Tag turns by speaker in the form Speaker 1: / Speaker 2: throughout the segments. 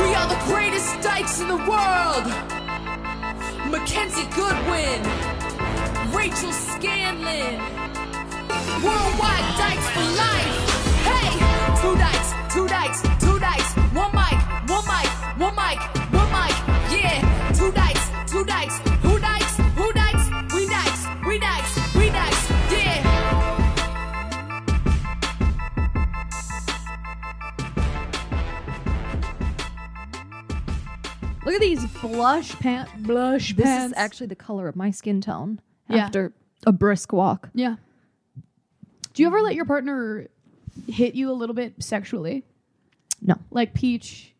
Speaker 1: We are the greatest dykes in the world. Mackenzie Goodwin, Rachel Scanlon, Worldwide Dykes for Life. Hey, two dykes, two dykes, two dykes, one mic, one mic, one mic, one mic. Yeah, two dykes, two dykes, who dykes, who dykes, we dykes, we dykes, we dykes. Yeah.
Speaker 2: Look at these blush pants.
Speaker 3: Blush
Speaker 2: This
Speaker 3: pants.
Speaker 2: is actually the color of my skin tone
Speaker 3: Yeah.
Speaker 2: after a brisk walk.
Speaker 3: Yeah. Do you ever let your partner hit you a little bit sexually?
Speaker 2: No.
Speaker 3: Like Peach.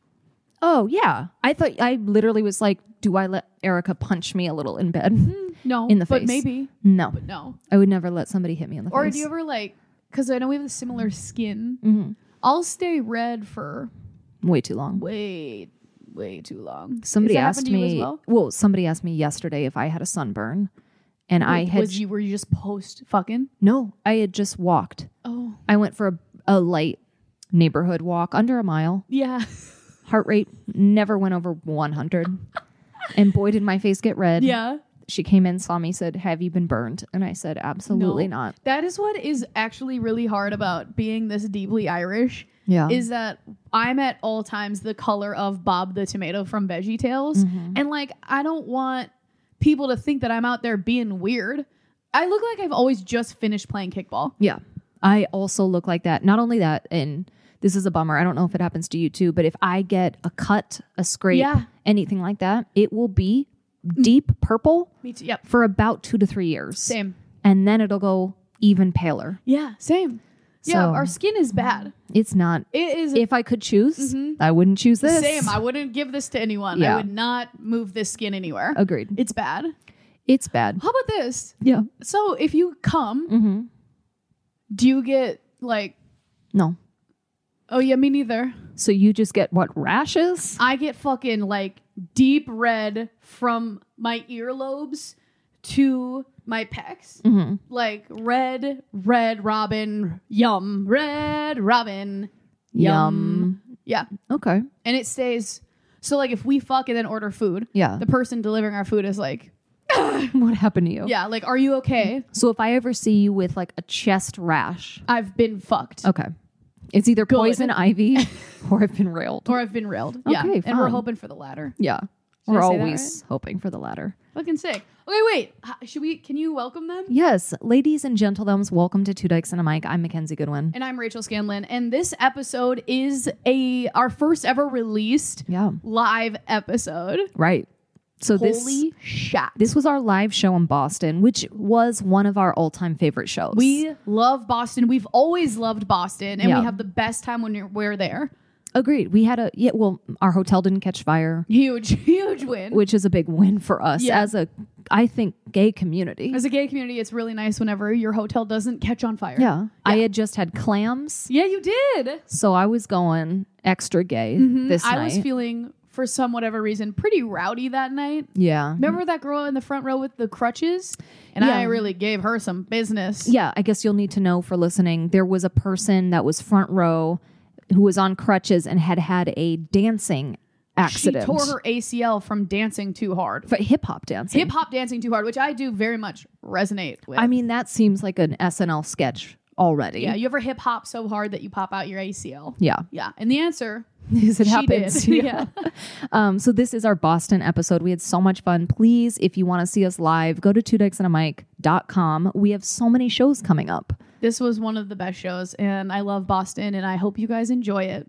Speaker 2: Oh yeah, I thought I literally was like, do I let Erica punch me a little in bed?
Speaker 3: No.
Speaker 2: In the
Speaker 3: Mm-hmm. but
Speaker 2: face.
Speaker 3: maybe.
Speaker 2: no,
Speaker 3: But no.
Speaker 2: I would never let somebody hit me in the
Speaker 3: Or
Speaker 2: face.
Speaker 3: do you ever like cuz I know we have a similar skin.
Speaker 2: Mhm.
Speaker 3: I'll stay red for
Speaker 2: Way too long.
Speaker 3: way way too long. Does
Speaker 2: Somebody
Speaker 3: that happen
Speaker 2: asked
Speaker 3: to you as
Speaker 2: me.
Speaker 3: well?
Speaker 2: Well, somebody asked me yesterday if I had a sunburn, and I
Speaker 3: Like,
Speaker 2: had
Speaker 3: was you were you just post fucking?
Speaker 2: no, I had just walked.
Speaker 3: Oh.
Speaker 2: I went for a, a light neighborhood walk under a mile.
Speaker 3: Yeah.
Speaker 2: Heart rate never went over 100. and boy, did my face get red.
Speaker 3: yeah.
Speaker 2: She came in, saw me, said, Have you been burned? And I said, Absolutely
Speaker 3: No.
Speaker 2: not.
Speaker 3: That is what is actually really hard about being this deeply Irish
Speaker 2: Yeah.
Speaker 3: is that I'm at all times the color of Bob the tomato from Veggie Tales.
Speaker 2: Mm-hmm.
Speaker 3: And like I don't want people to think that I'm out there being weird. I look like I've always just finished playing kickball.
Speaker 2: yeah. I also look like that. Not only that, and this is a bummer. I don't know if it happens to you too, but if I get a cut, a scrape,
Speaker 3: Yeah.
Speaker 2: anything like that, it will be deep purple
Speaker 3: Me too. Yep.
Speaker 2: for about two to three years.
Speaker 3: Same.
Speaker 2: And then it'll go even paler.
Speaker 3: Yeah, same. Yeah,
Speaker 2: So-
Speaker 3: our skin is bad.
Speaker 2: It's not.
Speaker 3: It is
Speaker 2: If I could choose, I wouldn't choose this.
Speaker 3: same. I wouldn't give this to anyone. I
Speaker 2: Yeah.
Speaker 3: would not move this skin anywhere.
Speaker 2: Agreed.
Speaker 3: It's bad.
Speaker 2: It's bad.
Speaker 3: How about this?
Speaker 2: Yeah.
Speaker 3: So if you come,
Speaker 2: Mm-hmm.
Speaker 3: do you get like
Speaker 2: No.
Speaker 3: oh yeah, me neither.
Speaker 2: So you just get what rashes?
Speaker 3: I get fucking like deep red from my earlobes to my pecs.
Speaker 2: Mm-hmm.
Speaker 3: Like red, red robin, yum, red robin, yum. Yeah.
Speaker 2: Okay.
Speaker 3: And it stays. So, like, if we fuck and then order food,
Speaker 2: Yeah.
Speaker 3: the person delivering our food is like,
Speaker 2: what happened to you?
Speaker 3: yeah, like, are you okay?
Speaker 2: So if I ever see you with like a chest rash,
Speaker 3: I've been fucked.
Speaker 2: okay, it's either
Speaker 3: Good.
Speaker 2: poison ivy or I've been railed.
Speaker 3: Or I've been railed. yeah.
Speaker 2: Okay,
Speaker 3: And we're
Speaker 2: fine.
Speaker 3: hoping for the latter.
Speaker 2: yeah,
Speaker 3: Did I
Speaker 2: we're
Speaker 3: say that
Speaker 2: always hoping for the latter.
Speaker 3: Fucking sick. Okay, wait. H- Should we, can you welcome them?
Speaker 2: Yes, ladies and gentlemen, welcome to Two Dykes and a Mic. I'm Mackenzie Goodwin.
Speaker 3: and I'm Rachel Scanlon, and this episode is a our first ever released
Speaker 2: Yeah,
Speaker 3: live episode.
Speaker 2: right. So this
Speaker 3: Holy shit!
Speaker 2: this was our live show in Boston, which was one of our all time favorite shows.
Speaker 3: We love Boston. We've always loved Boston, and
Speaker 2: Yeah.
Speaker 3: we have the best time when you're, we're there.
Speaker 2: agreed. We had a yeah. Well, our hotel didn't catch fire,
Speaker 3: Huge, huge win.
Speaker 2: which is a big win for us
Speaker 3: Yeah.
Speaker 2: as a I think gay community.
Speaker 3: As a gay community, it's really nice whenever your hotel doesn't catch on fire.
Speaker 2: Yeah. I had just had clams,
Speaker 3: yeah, you did.
Speaker 2: so I was going extra gay this
Speaker 3: Mm-hmm. I
Speaker 2: night.
Speaker 3: was feeling, for some whatever reason, pretty rowdy that night.
Speaker 2: yeah.
Speaker 3: Remember that girl in the front row with the crutches? And
Speaker 2: Yeah.
Speaker 3: I really gave her some business.
Speaker 2: Yeah, I guess you'll need to know for listening. There was a person that was front row who was on crutches and had had a dancing accident.
Speaker 3: She tore her ACL from dancing too hard.
Speaker 2: for hip hop dancing.
Speaker 3: Hip hop dancing too hard, which I do very much resonate with.
Speaker 2: I mean, that seems like an SNL sketch already.
Speaker 3: yeah, you ever hip hop so hard that you pop out your ACL?
Speaker 2: Yeah.
Speaker 3: Yeah. And the answer,
Speaker 2: Yes, it
Speaker 3: She
Speaker 2: happens.
Speaker 3: did.
Speaker 2: Um, so this is our Boston episode. We had so much fun. Please, if you want to see us live, go to two dykes and a mic.com. We have so many shows coming up.
Speaker 3: this was one of the best shows, and I love Boston, and I hope you guys enjoy it.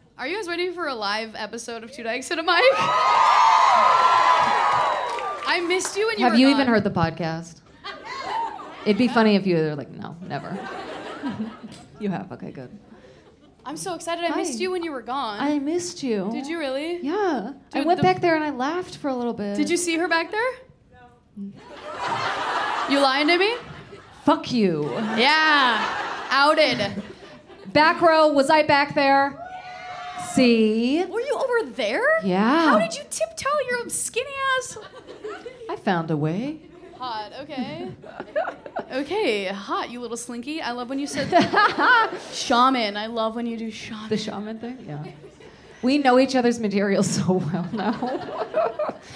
Speaker 3: are you guys ready for a live episode of Two Dykes and a Mic? I missed you when you
Speaker 2: Have
Speaker 3: were
Speaker 2: you
Speaker 3: gone.
Speaker 2: even heard the podcast? It'd be funny if you were like, no, never. you have. Okay, good.
Speaker 3: I'm so excited. I
Speaker 2: Hi.
Speaker 3: missed you when you were gone.
Speaker 2: I missed you.
Speaker 3: Did you really?
Speaker 2: Yeah. I
Speaker 3: Dude,
Speaker 2: went
Speaker 3: the-
Speaker 2: back there and I laughed for a little bit.
Speaker 3: Did you see her back there? No. You lying to me?
Speaker 2: Fuck you.
Speaker 3: Yeah. Outed.
Speaker 2: Back row, was I back there? See?
Speaker 3: Were you over there?
Speaker 2: Yeah.
Speaker 3: How did you tiptoe your skinny ass?
Speaker 2: I found a way.
Speaker 3: Hot. Okay. Okay. Hot. You little slinky. I love when you said shaman. I love when you do shaman.
Speaker 2: The shaman thing? Yeah. We know each other's material so well now.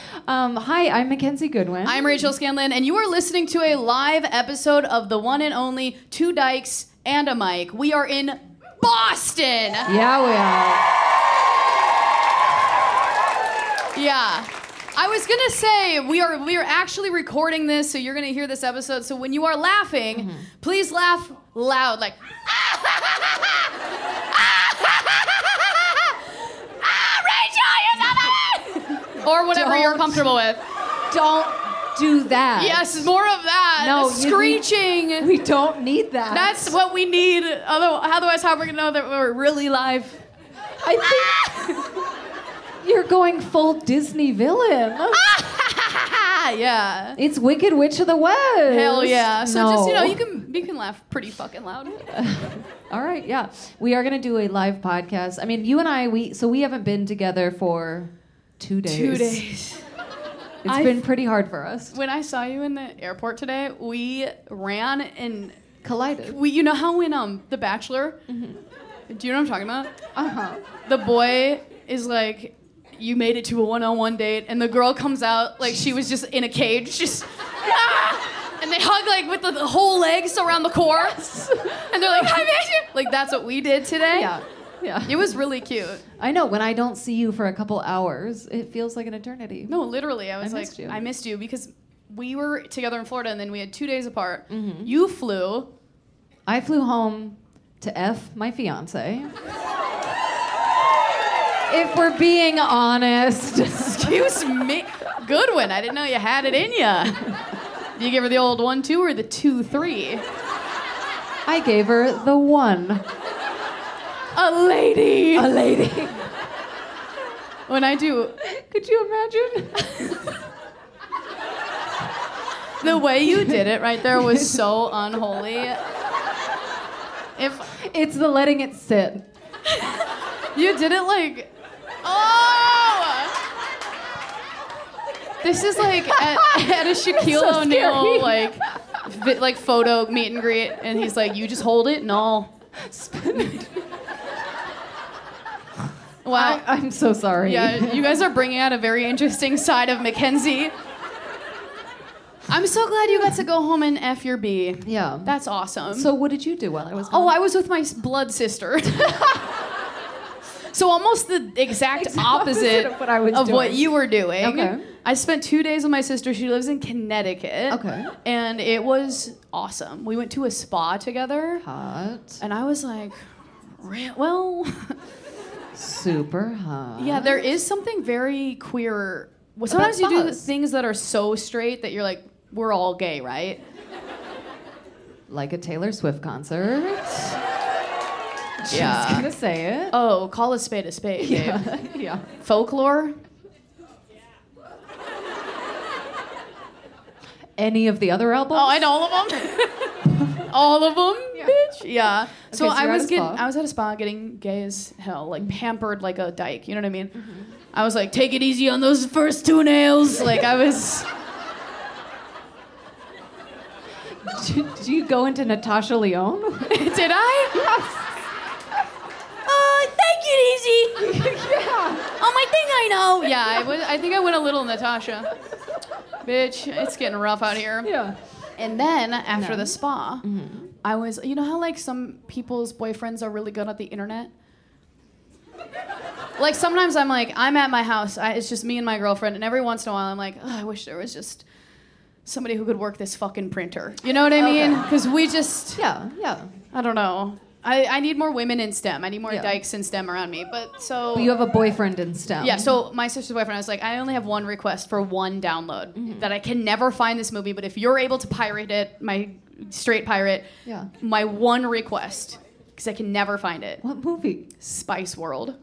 Speaker 2: um, hi, I'm Mackenzie Goodwin.
Speaker 3: I'm Rachel Scanlon, and you are listening to a live episode of the one and only Two Dykes and a Mic. We are in Boston.
Speaker 2: yeah, we are.
Speaker 3: Yeah. I was gonna say we are we are actually recording this, so you're gonna hear this episode. So when you are laughing,
Speaker 2: Mm-hmm.
Speaker 3: please laugh loud, like. Ah, Rachel, you're the man!" Or whatever you're
Speaker 2: Don't.
Speaker 3: comfortable with.
Speaker 2: Don't do that.
Speaker 3: Yes, more of that.
Speaker 2: No,
Speaker 3: The
Speaker 2: you- we-
Speaker 3: screeching.
Speaker 2: We don't need that.
Speaker 3: That's what we need. Other- Otherwise, how are we gonna know that we're really live?
Speaker 2: I think you're going full Disney villain.
Speaker 3: Ah, yeah.
Speaker 2: It's Wicked Witch of the West.
Speaker 3: Hell yeah. So just you know,
Speaker 2: No.
Speaker 3: you can you can laugh pretty fucking loud.
Speaker 2: All right, yeah. We are going to do a live podcast. I mean, you and I, we so we haven't been together for two days.
Speaker 3: Two days.
Speaker 2: It's
Speaker 3: I-
Speaker 2: been pretty hard for us.
Speaker 3: When I saw you in the airport today, we ran and
Speaker 2: Collided.
Speaker 3: we. You know how in um The Bachelor?
Speaker 2: Mm-hmm.
Speaker 3: Do you know what I'm talking about? Uh-huh.
Speaker 2: Uh huh.
Speaker 3: The boy is like, you made it to a one-on-one date, and the girl comes out like she was just in a cage, just. "Ah!" And they hug like with the, the whole legs around the core, and they're like, "I made you!" Like that's what we did today.
Speaker 2: Yeah. Yeah.
Speaker 3: It was really cute.
Speaker 2: I know. When I don't see you for a couple hours, it feels like an eternity.
Speaker 3: No, literally, I was like,
Speaker 2: missed you.
Speaker 3: I missed you because we were together in Florida and then we had two days apart.
Speaker 2: Mm-hmm.
Speaker 3: You flew.
Speaker 2: I flew home to F my fiance. if we're being honest,
Speaker 3: Excuse me. Goodwin, I didn't know you had it in you. You give her the old one two or the two three?
Speaker 2: I gave her the one.
Speaker 3: A lady.
Speaker 2: A lady.
Speaker 3: When I do
Speaker 2: Could you imagine?
Speaker 3: the way you did it right there was so unholy. If
Speaker 2: It's the letting it sit.
Speaker 3: you did it like, oh, this is like at, at a Shaquille
Speaker 2: So scary.
Speaker 3: O'Neal like, vi- like photo meet and greet, and he's like, you just hold it and all.
Speaker 2: Spin it.
Speaker 3: Wow.
Speaker 2: I, I'm so sorry.
Speaker 3: Yeah, you guys are bringing out a very interesting side of Mackenzie. I'm so glad you got to go home and F your B.
Speaker 2: Yeah.
Speaker 3: That's awesome.
Speaker 2: so what did you do while I was
Speaker 3: oh,
Speaker 2: gone?
Speaker 3: I was with my s- blood sister. so almost the exact
Speaker 2: It's the opposite
Speaker 3: opposite,
Speaker 2: of what I was
Speaker 3: of what
Speaker 2: doing.
Speaker 3: you were doing.
Speaker 2: Okay.
Speaker 3: I spent two days with my sister. She lives in Connecticut.
Speaker 2: Okay.
Speaker 3: And it was awesome. We went to a spa together.
Speaker 2: hot.
Speaker 3: And I was like, "Re- well,
Speaker 2: Super hot.
Speaker 3: Yeah, there is something very queer. Well, sometimes you do the
Speaker 2: buzz.
Speaker 3: things that are so straight that you're like, we're all gay, right?
Speaker 2: Like a Taylor Swift concert. Just
Speaker 3: Yeah.
Speaker 2: gonna say it.
Speaker 3: Oh, call a spade a spade, babe.
Speaker 2: yeah.
Speaker 3: Folklore?
Speaker 2: Any of the other albums?
Speaker 3: Oh, and all of them? all of them, bitch. Yeah. so
Speaker 2: so
Speaker 3: I
Speaker 2: you're at
Speaker 3: was
Speaker 2: a
Speaker 3: getting,
Speaker 2: spa. Mm-hmm.
Speaker 3: I was at a spa getting gay as hell, like pampered like a dyke. You know what I mean? I was like, take it easy on those first two nails. Like I was.
Speaker 2: do, do you go into Natasha Leone?
Speaker 3: Did I? Uh, take it easy. yeah. Oh, my thing I know. Yeah, I, was, I think I went a little Natasha. Bitch, it's getting rough out here.
Speaker 2: yeah.
Speaker 3: And then after the spa, I was, you know how like some people's boyfriends are really good at the internet? like sometimes I'm like I'm at my house. I, it's just me and my girlfriend, and every once in a while I'm like, "Ugh, I wish there was just somebody who could work this fucking printer. You know what I mean? Because we just
Speaker 2: Yeah, yeah.
Speaker 3: I don't know. I, I need more women in STEM. I need more
Speaker 2: Yeah.
Speaker 3: dykes in STEM around me. But so
Speaker 2: But you have a boyfriend in STEM.
Speaker 3: yeah, so my sister's boyfriend, I was like, I only have one request for one download that I can never find this movie, but if you're able to pirate it, my straight pirate,
Speaker 2: Yeah.
Speaker 3: my one request, because I can never find it,
Speaker 2: What movie?
Speaker 3: Spice World.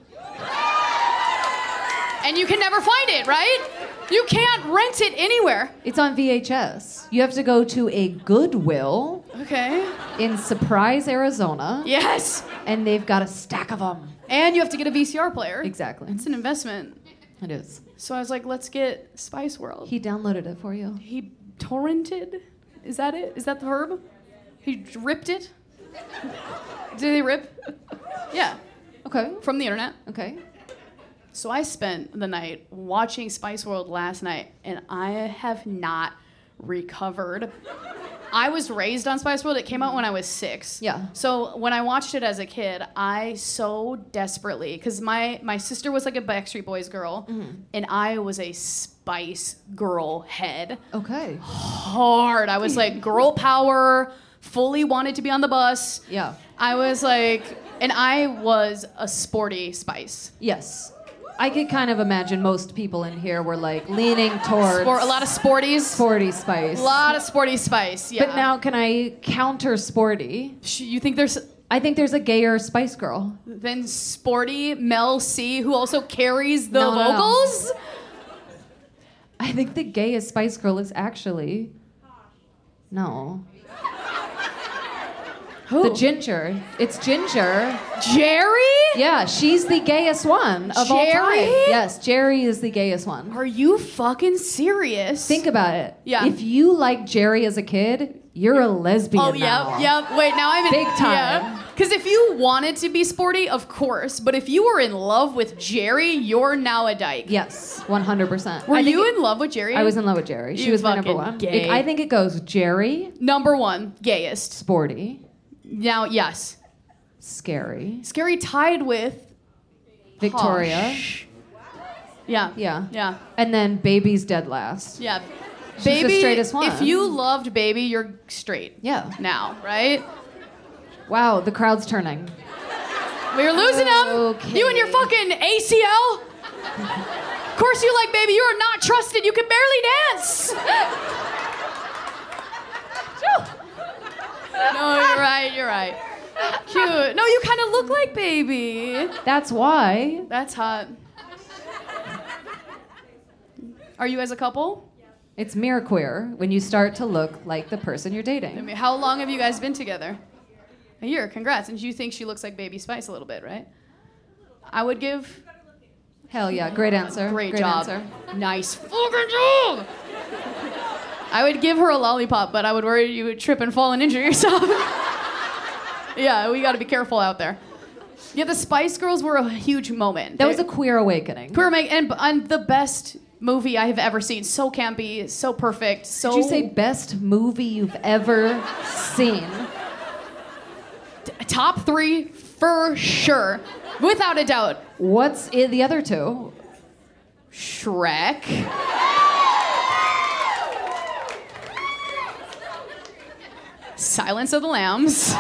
Speaker 3: and you can never find it, right? You can't rent it anywhere.
Speaker 2: It's on VHS. You have to go to a Goodwill
Speaker 3: Okay.
Speaker 2: in Surprise, Arizona,
Speaker 3: Yes.
Speaker 2: and they've got a stack of them.
Speaker 3: And you have to get a VCR player.
Speaker 2: Exactly.
Speaker 3: It's an investment.
Speaker 2: It is.
Speaker 3: So I was like, let's get Spice World.
Speaker 2: He downloaded it for you.
Speaker 3: He torrented? Is that it? Is that the verb? He ripped it? Did he rip? Yeah,
Speaker 2: Okay.
Speaker 3: from the internet.
Speaker 2: Okay.
Speaker 3: So I spent the night watching Spice World last night, and I have not recovered. I was raised on Spice World. It came out when I was six.
Speaker 2: Yeah.
Speaker 3: So when I watched it as a kid, I so desperately because my my sister was like a Backstreet Boys girl, and I was a Spice Girl head.
Speaker 2: Okay.
Speaker 3: hard. I was
Speaker 2: Hmm.
Speaker 3: like girl power, fully wanted to be on the bus.
Speaker 2: Yeah.
Speaker 3: I was like, and I was a sporty spice.
Speaker 2: Yes. I could kind of imagine most people in here were like leaning towards
Speaker 3: Sport, a lot of sporties. A
Speaker 2: sporty spice.
Speaker 3: lot of sporty spice. Yeah.
Speaker 2: But now, can I counter sporty?
Speaker 3: Sh- you think there's
Speaker 2: I think there's a gayer Spice Girl.
Speaker 3: then sporty Mel C who also carries the
Speaker 2: No, no, no.
Speaker 3: vocals?
Speaker 2: I think the gayest Spice Girl is actually. No.
Speaker 3: Who?
Speaker 2: The ginger. It's Ginger.
Speaker 3: Jerry?
Speaker 2: Yeah, she's the gayest one of all time.
Speaker 3: Jerry?
Speaker 2: Yes, Jerry is the gayest one.
Speaker 3: Are you fucking serious?
Speaker 2: Think about it.
Speaker 3: Yeah.
Speaker 2: If you like Jerry as a kid, you're a lesbian.
Speaker 3: Oh
Speaker 2: now.
Speaker 3: yep, yep. Wait, now I'm in
Speaker 2: Big time.
Speaker 3: Because if you wanted to be sporty, of course. But if you were in love with Jerry, you're now a dyke.
Speaker 2: Yes, 100%.
Speaker 3: Were
Speaker 2: I think
Speaker 3: you
Speaker 2: it-
Speaker 3: in love with Jerry?
Speaker 2: I was in love with Jerry. She
Speaker 3: You
Speaker 2: was my number
Speaker 3: fucking
Speaker 2: one.
Speaker 3: gay.
Speaker 2: It- I think it goes Jerry,
Speaker 3: Number one, gayest.
Speaker 2: sporty,
Speaker 3: Now, yes.
Speaker 2: scary,
Speaker 3: Scary tied with.
Speaker 2: Victoria.
Speaker 3: Posh. Yeah.
Speaker 2: Yeah.
Speaker 3: Yeah.
Speaker 2: And then baby's dead last.
Speaker 3: Yeah.
Speaker 2: She's the straightest one.
Speaker 3: If you loved baby, you're straight.
Speaker 2: Yeah.
Speaker 3: Now, right?
Speaker 2: Wow, the crowd's turning.
Speaker 3: We're losing them.
Speaker 2: Okay.
Speaker 3: You and your fucking ACL. of course you like baby. You are not trusted. You can barely dance. no, you're right. You're right. Cute. No, you kind of look like baby.
Speaker 2: That's why.
Speaker 3: That's hot. Are you as a couple?
Speaker 2: It's mirror queer when you start to look like the person you're
Speaker 3: I
Speaker 2: dating.
Speaker 3: mean, how long have you guys been together? A year. Congrats. And you think she looks like Baby Spice a little bit, right? I would give.
Speaker 2: Hell yeah, great answer.
Speaker 3: Great, job.
Speaker 2: answer.
Speaker 3: Nice fucking job. I would give her a lollipop, but I would worry you would trip and fall and injure yourself. yeah, we got to be careful out there. Yeah, the Spice Girls were a huge moment.
Speaker 2: That was
Speaker 3: They-
Speaker 2: a queer awakening.
Speaker 3: Queer Meg and, and the best movie I have ever seen. So campy, so perfect, so
Speaker 2: Did you say best movie you've ever seen?
Speaker 3: top three for sure, without a doubt.
Speaker 2: What's in the other two?
Speaker 3: Shrek. Silence of the Lambs.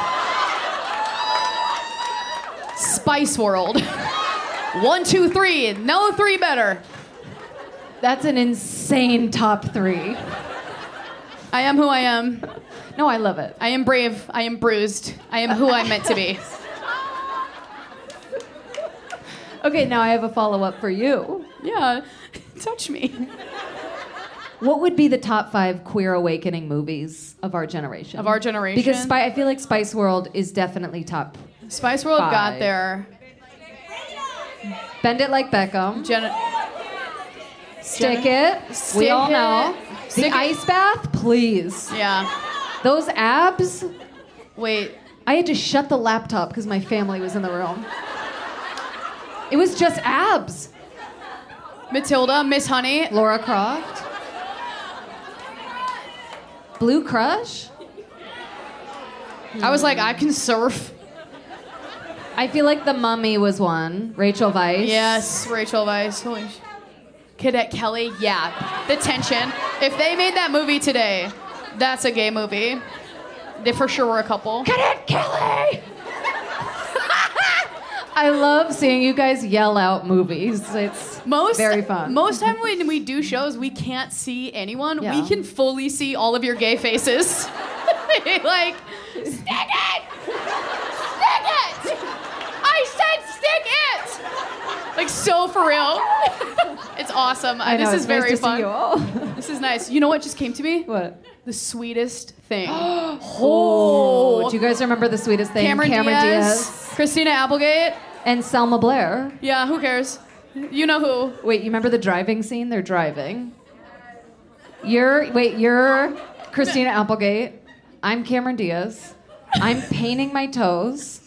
Speaker 3: Spice World. One, two, three. No three better.
Speaker 2: That's an insane top three.
Speaker 3: I am who I am.
Speaker 2: No, I love it.
Speaker 3: I am brave. I am bruised. I am who I'm meant to be.
Speaker 2: Okay, now I have a follow up for you.
Speaker 3: Yeah, touch me.
Speaker 2: What would be the top five queer awakening movies of our generation?
Speaker 3: Of our generation?
Speaker 2: Because Spy, I feel like Spice World is definitely top.
Speaker 3: Spice World
Speaker 2: Five.
Speaker 3: got there.
Speaker 2: Bend It Like Beckham.
Speaker 3: Gen-
Speaker 2: Stick It. we all
Speaker 3: Stick
Speaker 2: know.
Speaker 3: It.
Speaker 2: The
Speaker 3: Stick It.
Speaker 2: Ice Bath, please.
Speaker 3: yeah.
Speaker 2: Those abs.
Speaker 3: Wait.
Speaker 2: I had to shut the laptop because my family was in the room. It was just abs.
Speaker 3: Matilda, Miss Honey,
Speaker 2: Laura Croft. Blue Crush?
Speaker 3: I was like, I can surf.
Speaker 2: I feel like The Mummy was one. Rachel Weisz.
Speaker 3: Yes, Rachel Weisz. Holy sh- Cadet Kelly, yeah. The tension. If they made that movie today, that's a gay movie. They for sure were a couple.
Speaker 2: Cadet Kelly! I love seeing you guys yell out movies. It's
Speaker 3: Most
Speaker 2: very fun.
Speaker 3: Most time when we do shows, we can't see anyone.
Speaker 2: Yeah.
Speaker 3: We can fully see all of your gay faces. like, stick it, stick it. I said stick it. Like so for real. it's awesome.
Speaker 2: I know,
Speaker 3: this
Speaker 2: it's
Speaker 3: is
Speaker 2: nice
Speaker 3: very
Speaker 2: to see
Speaker 3: fun.
Speaker 2: you all.
Speaker 3: This is nice. You know what just came to me?
Speaker 2: What?
Speaker 3: The sweetest thing.
Speaker 2: Oh,
Speaker 3: oh,
Speaker 2: do you guys remember the sweetest thing?
Speaker 3: Cameron, Diaz, Christina Applegate.
Speaker 2: and Selma Blair.
Speaker 3: Yeah, who cares? You know who?
Speaker 2: Wait, you remember the driving scene? They're driving. You're wait, you're Christina Applegate. I'm Cameron Diaz. I'm painting my toes.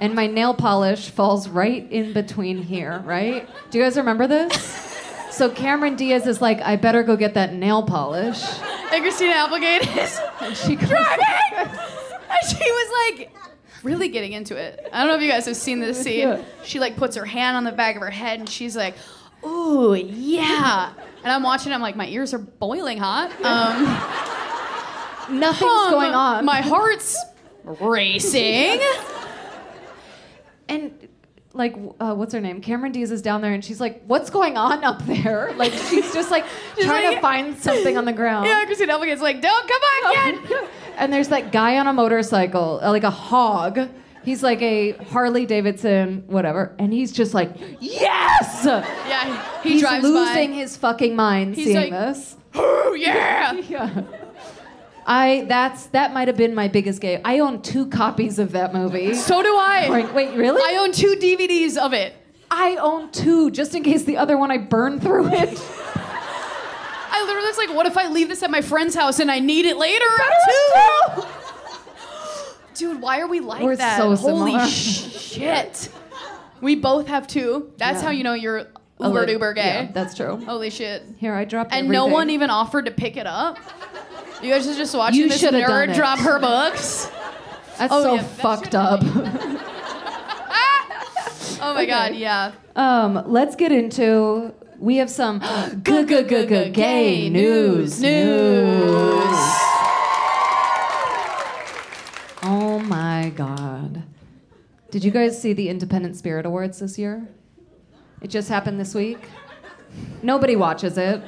Speaker 2: And my nail polish falls right in between here, right? Do you guys remember this? So Cameron Diaz is like, I better go get that nail polish.
Speaker 3: And Christina Applegate is.
Speaker 2: She goes,
Speaker 3: And she was like really getting into it. I don't know if you guys have seen this scene.
Speaker 2: Yeah.
Speaker 3: She like puts her hand on the back of her head and she's like, "Ooh, yeah." And I'm watching. I'm like, my ears are boiling hot. Um,
Speaker 2: Nothing's going on.
Speaker 3: My heart's racing.
Speaker 2: and like uh, what's her name cameron diaz is down there and she's like what's going on up there like she's just like
Speaker 3: She's
Speaker 2: trying to
Speaker 3: like-
Speaker 2: find something on the ground
Speaker 3: yeah, Christina Applegate's like, "Don't come
Speaker 2: Oh.
Speaker 3: back yet."
Speaker 2: and there's that guy on a motorcycle uh, like a hog he's like a harley davidson whatever and he's just like yes
Speaker 3: Yeah, he, he
Speaker 2: he's
Speaker 3: drives
Speaker 2: losing
Speaker 3: by.
Speaker 2: his fucking mind
Speaker 3: He's
Speaker 2: seeing
Speaker 3: like-
Speaker 2: this
Speaker 3: Ooh, yeah.
Speaker 2: yeah i that's that might have been my biggest game i own two copies of that movie
Speaker 3: So do I.
Speaker 2: Like, wait really
Speaker 3: I own two DVDs of it.
Speaker 2: I own two, just in case the other one I burn through it.
Speaker 3: I literally was like, what if I leave this at my friend's house and I need it later?
Speaker 2: Better
Speaker 3: too? Dude, why are we like
Speaker 2: We're
Speaker 3: that?
Speaker 2: so
Speaker 3: Holy
Speaker 2: similar.
Speaker 3: shit. We both have two. That's
Speaker 2: Yeah.
Speaker 3: how you know you're uber duber gay.
Speaker 2: Yeah, that's true.
Speaker 3: Holy shit.
Speaker 2: Here, I dropped
Speaker 3: And no
Speaker 2: everything.
Speaker 3: one even offered to pick it up. You guys are just watching
Speaker 2: You
Speaker 3: this
Speaker 2: shoulda done
Speaker 3: nerd
Speaker 2: it.
Speaker 3: drop her books.
Speaker 2: That's
Speaker 3: Oh,
Speaker 2: so
Speaker 3: yeah, that
Speaker 2: fucked
Speaker 3: should
Speaker 2: up.
Speaker 3: Oh my god, yeah.
Speaker 2: um, let's get into. We have some good, good, good, good gay news.
Speaker 3: News.
Speaker 2: Oh my god! Did you guys see the Independent Spirit Awards this year? It just happened this week. Nobody watches it.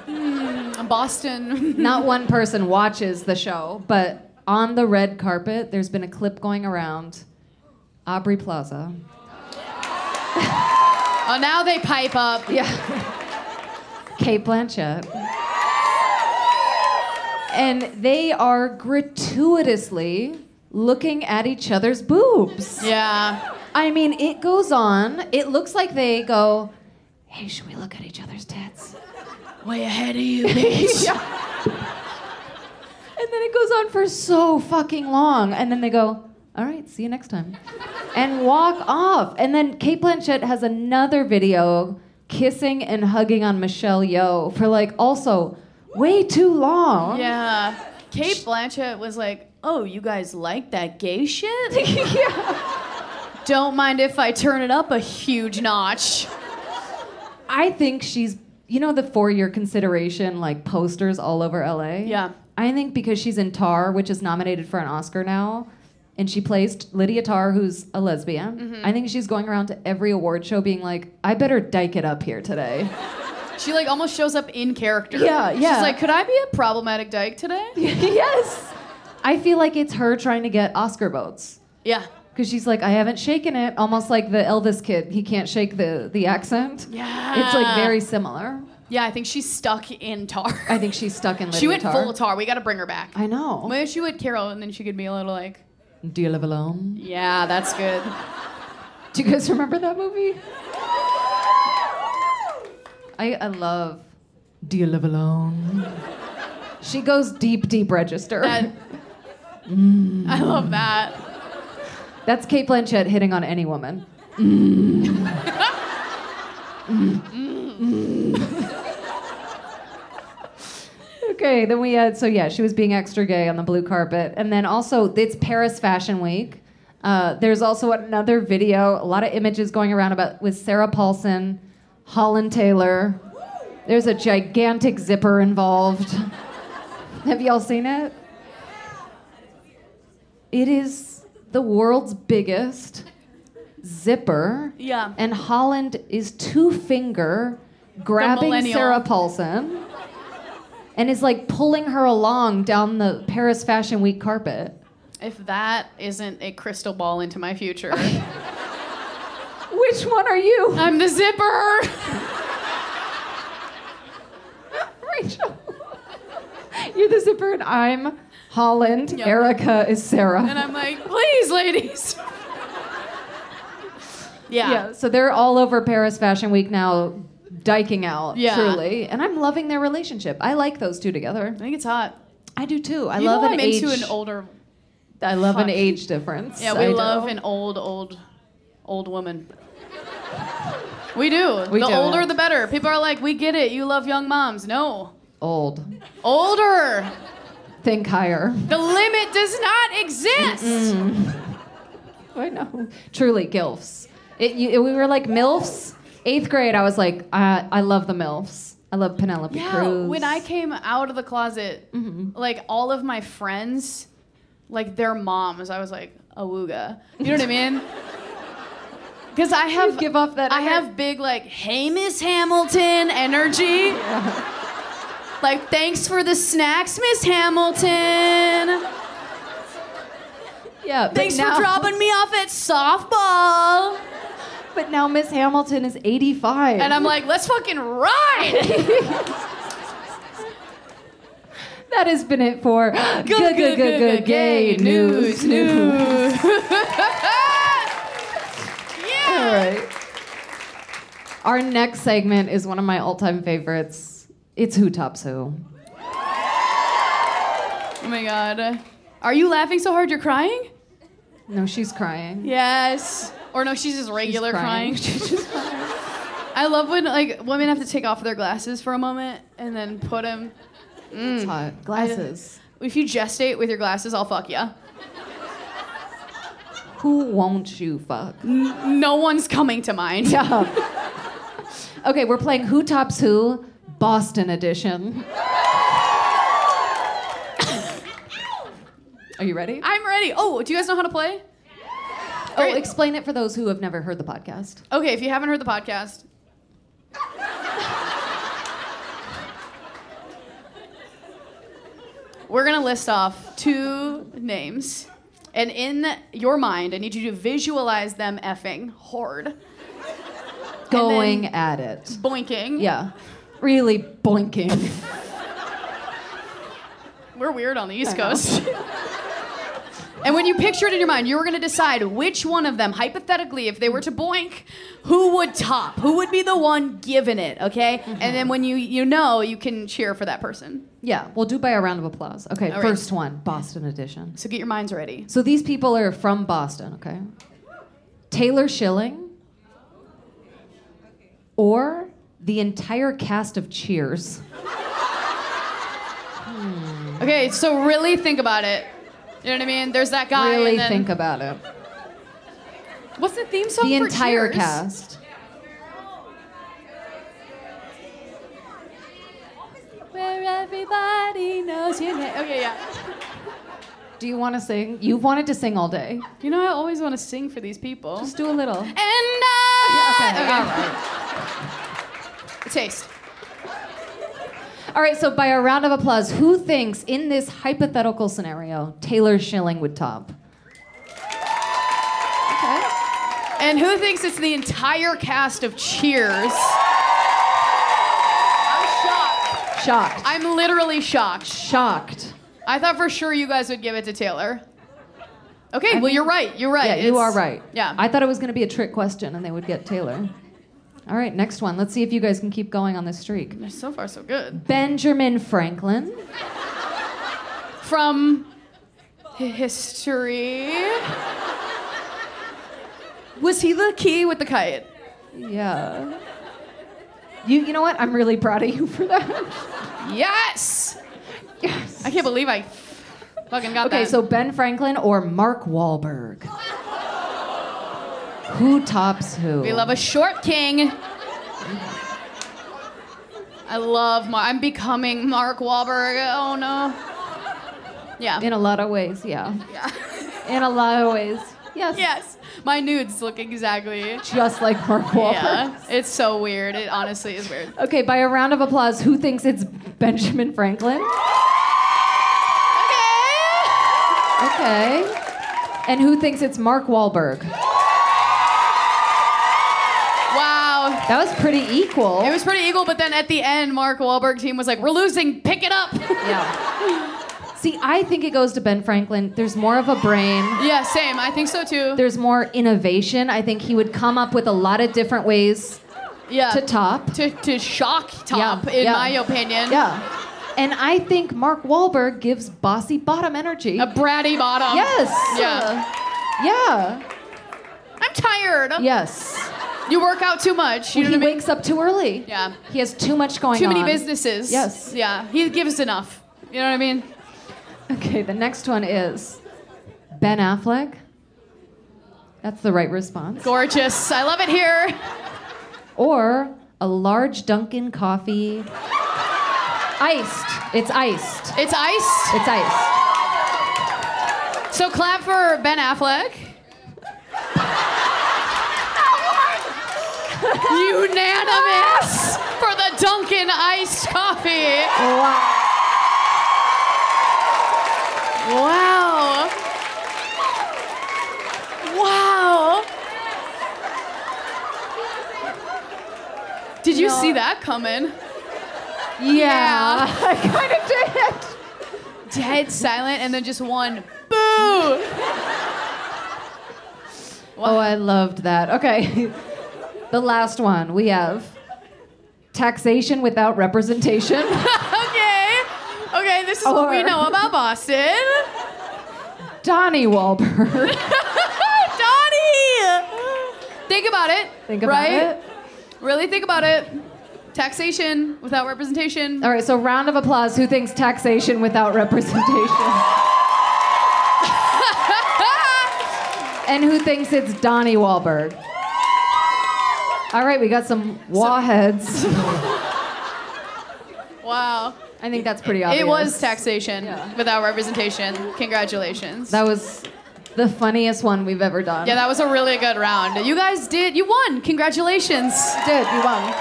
Speaker 3: Boston.
Speaker 2: not one person watches the show, but on the red carpet, there's been a clip going around. Aubrey Plaza.
Speaker 3: oh, now they pipe up.
Speaker 2: Yeah. Kate Blanchett. And they are gratuitously looking at each other's boobs.
Speaker 3: Yeah.
Speaker 2: I mean, it goes on. It looks like they go, hey, should we look at each other's tits?
Speaker 3: Way ahead of you, bitch.
Speaker 2: And then it goes on for so fucking long. And then they go, all right, see you next time. And walk off. And then Kate Blanchett has another video kissing and hugging on Michelle Yeoh for like also way too long.
Speaker 3: Yeah. Kate Blanchett was like, Oh, you guys like that gay shit? Don't mind if I turn it up a huge notch.
Speaker 2: I think she's, you know, the four year consideration like posters all over LA?
Speaker 3: Yeah.
Speaker 2: I think because she's in Tar, which is nominated for an Oscar now, and she plays Lydia Tar, who's a lesbian.
Speaker 3: Mm-hmm.
Speaker 2: I think she's going around to every award show being like, I better dyke it up here today.
Speaker 3: She like almost shows up in character.
Speaker 2: Yeah, yeah.
Speaker 3: She's like, Could I be a problematic dyke today?
Speaker 2: yes. I feel like it's her trying to get Oscar votes.
Speaker 3: Yeah.
Speaker 2: Because she's like, I haven't shaken it, almost like the Elvis kid. He can't shake the, the accent.
Speaker 3: Yeah.
Speaker 2: It's like very similar.
Speaker 3: Yeah, I think she's stuck in tar.
Speaker 2: I think she's stuck in Lydia
Speaker 3: she went
Speaker 2: Tar.
Speaker 3: full tar. We gotta bring her back.
Speaker 2: I know.
Speaker 3: Maybe she would Carol and then she could be a little like,
Speaker 2: Do you live alone?
Speaker 3: Yeah, that's good.
Speaker 2: Do you guys remember that movie? I, I love Do You Live Alone? She goes deep, deep register.
Speaker 3: That- I love that.
Speaker 2: That's Kate Blanchett hitting on any woman. okay, then we had, so yeah, she was being extra gay on the blue carpet. And then also, it's Paris Fashion Week. Uh, there's also another video, a lot of images going around about with Sarah Paulson, Holland Taylor. There's a gigantic zipper involved. Have y'all seen it? It is the world's biggest zipper.
Speaker 3: Yeah.
Speaker 2: Um, And Holland is two finger grabbing
Speaker 3: millennial.
Speaker 2: Sarah Paulson and is like pulling her along down the Paris Fashion Week carpet.
Speaker 3: If that isn't a crystal ball into my future,
Speaker 2: Which one are you,
Speaker 3: I'm the zipper.
Speaker 2: Rachel? You're the zipper, and I'm Holland.
Speaker 3: Yeah.
Speaker 2: Erica is Sarah.
Speaker 3: And I'm like, please, ladies. yeah.
Speaker 2: yeah, so they're all over Paris Fashion Week now, diking out,
Speaker 3: Yeah.
Speaker 2: truly. And I'm loving their relationship. I like those two together.
Speaker 3: I think it's hot.
Speaker 2: I do too. I
Speaker 3: You
Speaker 2: love
Speaker 3: know
Speaker 2: an
Speaker 3: I'm
Speaker 2: age.
Speaker 3: into an older.
Speaker 2: I love an
Speaker 3: Fuck.
Speaker 2: age difference.
Speaker 3: Yeah, we
Speaker 2: I do.
Speaker 3: love an old, old, old woman. We do.
Speaker 2: We
Speaker 3: the
Speaker 2: do.
Speaker 3: older, the better. People are like, we get it. You love young moms. No.
Speaker 2: old.
Speaker 3: Older.
Speaker 2: Think higher.
Speaker 3: The limit does not exist.
Speaker 2: I know. Truly, gilfs. It, you, we were like milfs. Eighth grade, I was like, uh, I, I love the milfs. I love Penelope
Speaker 3: Yeah,
Speaker 2: Cruz.
Speaker 3: when I came out of the closet,
Speaker 2: Mm-hmm.
Speaker 3: like all of my friends, like their moms, I was like, awooga. You know what I mean? Because I have
Speaker 2: give off that
Speaker 3: I
Speaker 2: ener-
Speaker 3: have big like, hey Miss Hamilton energy. Like thanks for the snacks, Miss Hamilton.
Speaker 2: yeah, but
Speaker 3: Thanks
Speaker 2: now-
Speaker 3: for dropping me off at softball.
Speaker 2: But now Miss Hamilton is 85.
Speaker 3: And I'm like, let's fucking ride.
Speaker 2: that has been it for good, good, good, good, gay news,
Speaker 3: news.
Speaker 2: All
Speaker 3: yeah.
Speaker 2: right. Our next segment is one of my all-time favorites. It's Who Tops Who.
Speaker 3: Oh my god. Are you laughing so hard you're crying?
Speaker 2: No, she's crying.
Speaker 3: Yes. Or no, she's just regular crying.
Speaker 2: She's just crying.
Speaker 3: I love when like women have to take off their glasses for a moment and then put them.
Speaker 2: It's
Speaker 3: Hmm.
Speaker 2: hot. Glasses.
Speaker 3: If you gestate with your glasses, I'll fuck ya.
Speaker 2: Who won't you fuck?
Speaker 3: No one's coming to mind.
Speaker 2: Yeah. okay, we're playing Who Tops Who, Boston Edition. Are you ready?
Speaker 3: I'm ready. Oh, do you guys know how to play?
Speaker 2: Oh,
Speaker 3: Great.
Speaker 2: explain it for those who have never heard the podcast.
Speaker 3: Okay, if you haven't heard the podcast. We're gonna list off two names, and in your mind, I need you to visualize them effing horde, Oh,
Speaker 2: Going at it.
Speaker 3: boinking.
Speaker 2: Yeah. Really boinking.
Speaker 3: we're weird on the East Coast. and when you picture it in your mind, you were gonna decide which one of them, hypothetically, if they were to boink, who would top, who would be the one given it, okay? And then when you you know, you can cheer for that person.
Speaker 2: yeah, we'll do by a round of applause. Okay,
Speaker 3: All right.
Speaker 2: first one, Boston Edition.
Speaker 3: So get your minds ready.
Speaker 2: So these people are from Boston, okay? Taylor Schilling or the entire cast of Cheers.
Speaker 3: Okay, so really think about it. You know what I mean? There's that guy. and
Speaker 2: Really
Speaker 3: then-
Speaker 2: think about it.
Speaker 3: What's the theme song?
Speaker 2: The
Speaker 3: for
Speaker 2: entire
Speaker 3: Cheers?
Speaker 2: cast.
Speaker 3: Where everybody knows your name. Okay, yeah.
Speaker 2: Do you want to sing? You've wanted to sing all day.
Speaker 3: You know, I always want to sing for these people.
Speaker 2: Just do a little.
Speaker 3: And I.
Speaker 2: Okay, all
Speaker 3: Taste.
Speaker 2: All right, so by a round of applause, who thinks in this hypothetical scenario Taylor Schilling would top? Okay.
Speaker 3: And who thinks it's the entire cast of Cheers? I'm shocked.
Speaker 2: Shocked.
Speaker 3: I'm literally shocked.
Speaker 2: Shocked.
Speaker 3: I thought for sure you guys would give it to Taylor. Okay, well,
Speaker 2: mean-
Speaker 3: you're right. You're right.
Speaker 2: Yeah, you
Speaker 3: It's-
Speaker 2: are right.
Speaker 3: Yeah.
Speaker 2: I thought it was going to be a trick question and they would get Taylor. All right, next one. Let's see if you guys can keep going on this streak.
Speaker 3: so far, so good.
Speaker 2: Benjamin Franklin
Speaker 3: From hi- history. Was he the key with the kite?
Speaker 2: Yeah. You, you know what? I'm really proud of you for that.
Speaker 3: Yes!
Speaker 2: Yes.
Speaker 3: I can't believe I fucking got that.
Speaker 2: Okay, so Ben Franklin or Mark Wahlberg? Who tops who?
Speaker 3: We love a short king. I love Mark. I'm becoming Mark Wahlberg. Oh no. Yeah.
Speaker 2: In a lot of ways, yeah. In a lot of ways. Yes.
Speaker 3: yes. My nudes look exactly.
Speaker 2: Just like Mark Wahlberg.
Speaker 3: Yeah. It's so weird. It honestly is weird.
Speaker 2: Okay, by a round of applause, who thinks it's Benjamin Franklin?
Speaker 3: Okay.
Speaker 2: Okay. And who thinks it's Mark Wahlberg?
Speaker 3: Wow.
Speaker 2: That was pretty equal.
Speaker 3: It was pretty equal, but then at the end, Mark Wahlberg team was like, "We're losing. Pick it up."
Speaker 2: yeah. See, I think it goes to Ben Franklin. There's more of a brain.
Speaker 3: yeah. Same. I think so too.
Speaker 2: there's more innovation. I think he would come up with a lot of different ways
Speaker 3: yeah.
Speaker 2: to top.
Speaker 3: To, to shock top,
Speaker 2: Yeah,
Speaker 3: in
Speaker 2: yeah.
Speaker 3: my opinion.
Speaker 2: Yeah. And I think Mark Wahlberg gives bossy bottom energy.
Speaker 3: A bratty bottom.
Speaker 2: yes.
Speaker 3: Yeah.
Speaker 2: Yeah.
Speaker 3: I'm tired.
Speaker 2: Yes.
Speaker 3: You work out too much. You know
Speaker 2: he
Speaker 3: what I mean?
Speaker 2: wakes up too early.
Speaker 3: Yeah.
Speaker 2: He has too much going
Speaker 3: Too
Speaker 2: on.
Speaker 3: many businesses.
Speaker 2: Yes.
Speaker 3: Yeah. He gives enough. You know what I mean?
Speaker 2: Okay, the next one is Ben Affleck. That's the right response.
Speaker 3: Gorgeous. I love it here.
Speaker 2: Or a large Dunkin' coffee. Iced. It's iced.
Speaker 3: It's iced.
Speaker 2: It's iced.
Speaker 3: So clap for Ben Affleck. Unanimous for the Dunkin' iced coffee. Wow. Wow. Did you see that coming?
Speaker 2: Yeah, I kind of did.
Speaker 3: Dead silent and then just one boo.
Speaker 2: Oh, I loved that. Okay. The last one we have taxation without representation,
Speaker 3: Okay. Okay, this is what we
Speaker 2: Or-
Speaker 3: know about Boston.
Speaker 2: Donnie Wahlberg.
Speaker 3: Donnie! Think about it.
Speaker 2: Think about
Speaker 3: right?
Speaker 2: it.
Speaker 3: Really think about it. Taxation without representation.
Speaker 2: All right, so round of applause. Who thinks taxation without representation? and who thinks it's Donnie Wahlberg? All right, we got some Wahheads.
Speaker 3: Wow.
Speaker 2: I think that's pretty obvious.
Speaker 3: It was taxation without representation. Congratulations.
Speaker 2: That was the funniest one we've ever done.
Speaker 3: yeah, that was a really good round. You guys did. You won. Congratulations.
Speaker 2: did. You won.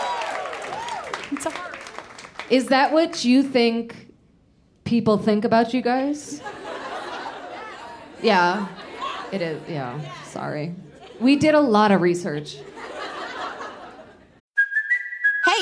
Speaker 2: Is that what you think people think about you guys? Yeah. It is. Yeah. Sorry. We did a lot of research.
Speaker 4: Hey,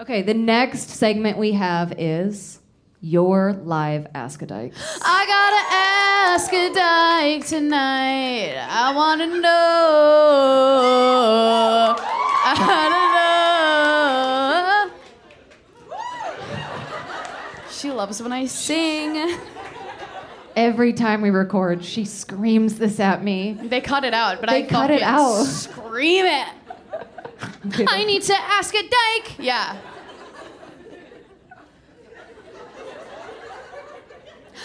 Speaker 2: Okay, the next segment we have is your live Ask a Dyke.
Speaker 3: I gotta ask a dyke tonight. I wanna know. I don't know. She loves when I sing.
Speaker 2: Every time we record, she screams this at me.
Speaker 3: They cut it out, but I
Speaker 2: They cut it
Speaker 3: fucking
Speaker 2: out.
Speaker 3: Scream it. I need to ask a dyke. Yeah.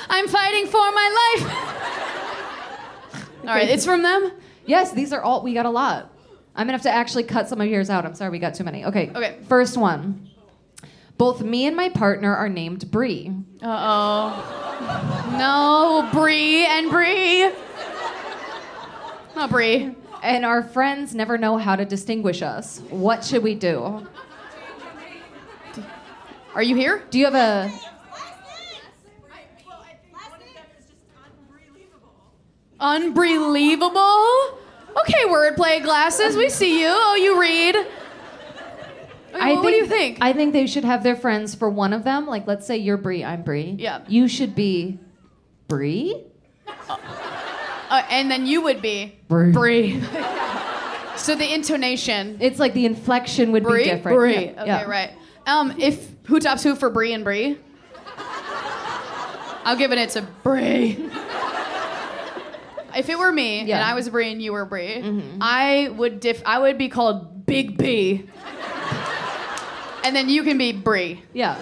Speaker 3: I'm fighting for my life. All right, it's from them.
Speaker 2: Yes, these are all, we got a lot. I'm gonna have to actually cut some of yours out. I'm sorry, we got too many. Okay.
Speaker 3: Okay.
Speaker 2: First one. Both me and my partner are named Bree.
Speaker 3: Uh oh. No, Bree and Bree. Not Bree.
Speaker 2: And our friends never know how to distinguish us. What should we do?
Speaker 3: Are you here?
Speaker 2: Do you have a.
Speaker 3: Unbelievable. Okay, wordplay glasses. We see you. Oh, you read. Okay, well, what do you think?
Speaker 2: I think they should have their friends for one of them. Like, let's say you're Bree, I'm Bree.
Speaker 3: Yeah.
Speaker 2: You should be Bree?
Speaker 3: Uh, and then you would be
Speaker 2: Bree.
Speaker 3: Bree. So the intonation.
Speaker 2: It's like the inflection would
Speaker 3: Brie?
Speaker 2: be different.
Speaker 3: Brie.
Speaker 2: Yeah,
Speaker 3: Okay,
Speaker 2: yeah.
Speaker 3: right. Um, if who tops who for Brie and Brie? I'm giving it to Brie. If it were me and
Speaker 2: Yeah. Mm-hmm.
Speaker 3: I was Brie and you were Brie, I would diff. I would be called Big B. and then you can be Brie.
Speaker 2: Yeah.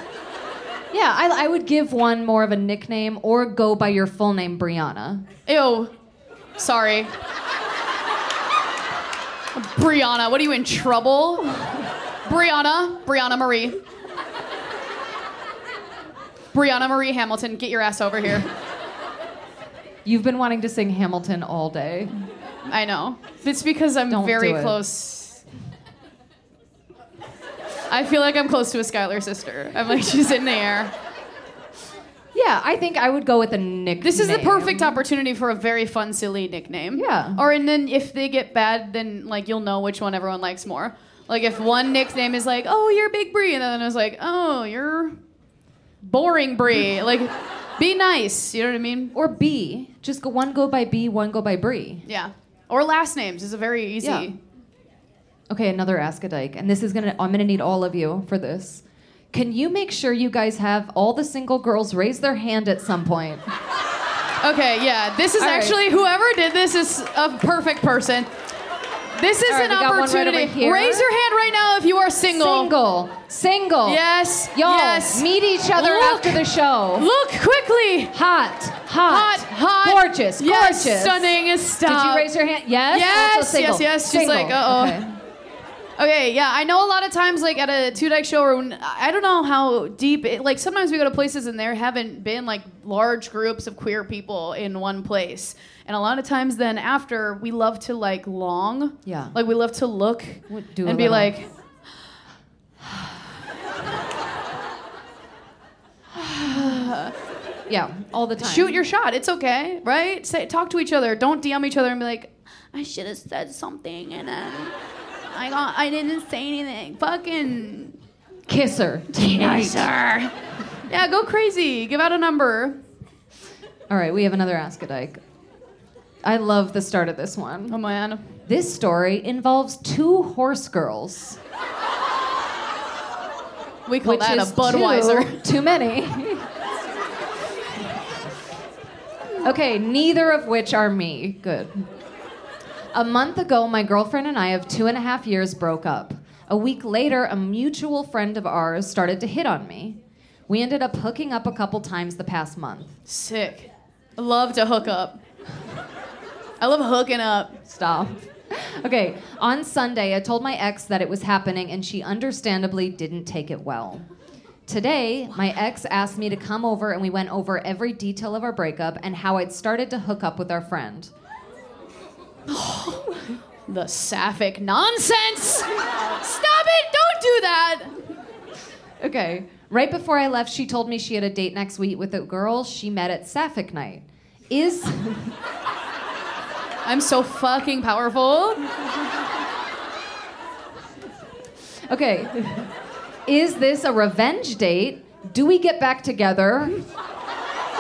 Speaker 2: Yeah, I, I would give one more of a nickname or go by your full name, Brianna.
Speaker 3: Ew. Sorry. Brianna, what are you in trouble? Brianna, Brianna Marie. Brianna Marie Hamilton, get your ass over here.
Speaker 2: You've been wanting to sing Hamilton all day.
Speaker 3: I know. It's because I'm
Speaker 2: Don't
Speaker 3: very
Speaker 2: do it.
Speaker 3: close. I feel like I'm close to a Skylar sister. I'm like, she's in the air.
Speaker 2: Yeah, I think I would go with a nickname.
Speaker 3: This is the perfect opportunity for a very fun, silly nickname.
Speaker 2: Yeah.
Speaker 3: Or and then if they get bad, then like you'll know which one everyone likes more. Like if one nickname is like, "Oh, you're Big Bree," and then I was like, "Oh, you're boring Bree." Like, be nice. You know what I mean?
Speaker 2: Or B. Just go one go by B, one go by Bree.
Speaker 3: Yeah. Or last names is a very easy.
Speaker 2: Yeah. Okay, another ask a dyke, and this is gonna. I'm gonna need all of you for this. Can you make sure you guys have all the single girls raise their hand at some point?
Speaker 3: Okay. Yeah. This is
Speaker 2: All right.
Speaker 3: actually whoever did this is a perfect person. This is
Speaker 2: All
Speaker 3: an
Speaker 2: right, we got one right over
Speaker 3: opportunity.
Speaker 2: here.
Speaker 3: Raise your hand right now if you are single.
Speaker 2: Single, single.
Speaker 3: Yes.
Speaker 2: Y'all
Speaker 3: yes.
Speaker 2: meet each other
Speaker 3: Look.
Speaker 2: after the show.
Speaker 3: Look quickly.
Speaker 2: Hot, hot,
Speaker 3: Hot, hot.
Speaker 2: gorgeous,
Speaker 3: yes,
Speaker 2: gorgeous.
Speaker 3: Stunning is
Speaker 2: Did
Speaker 3: stuff.
Speaker 2: you raise your hand? Yes.
Speaker 3: Yes,
Speaker 2: Also single.
Speaker 3: yes, yes. She's
Speaker 2: Single.
Speaker 3: like, uh-oh.
Speaker 2: Okay.
Speaker 3: Okay, yeah, I know a lot of times, like at a two deck show, or when, I don't know how deep. It, like sometimes we go to places and there haven't been like large groups of queer people in one place, and a lot of times then after we love to like long,
Speaker 2: Yeah.
Speaker 3: like we love to look
Speaker 2: Would do a
Speaker 3: and be
Speaker 2: little.
Speaker 3: like.
Speaker 2: Yeah, all the time.
Speaker 3: Shoot your shot. It's okay, right? Say, talk to each other. Don't DM each other and be like, I should have said something and then I got, I didn't say anything. Fucking
Speaker 2: kisser tonight.
Speaker 3: yeah, go crazy. Give out a number.
Speaker 2: All right, we have another ask a dyke. I love the start of this one.
Speaker 3: Oh man,
Speaker 2: This story involves two horse girls,
Speaker 3: we call
Speaker 2: which
Speaker 3: that a
Speaker 2: is
Speaker 3: Budweiser.
Speaker 2: Too, too many. okay, neither of which are me. Good. A month ago, my girlfriend and I of two and a half years broke up. A week later, a mutual friend of ours started to hit on me. We ended up hooking up a couple times the past month.
Speaker 3: Sick. I love to hook up. I love hooking up.
Speaker 2: Stop. Okay, on Sunday, I told my ex that it was happening, and she understandably didn't take it well. Today, my ex asked me to come over, and we went over every detail of our breakup and how I'd started to hook up with our friend.
Speaker 3: The sapphic nonsense. Stop it! Don't do that.
Speaker 2: Okay. Right before I left, she told me she had a date next week with a girl she met at Sapphic Night. Is
Speaker 3: I'm so fucking powerful.
Speaker 2: okay. Is this a revenge date? Do we get back together?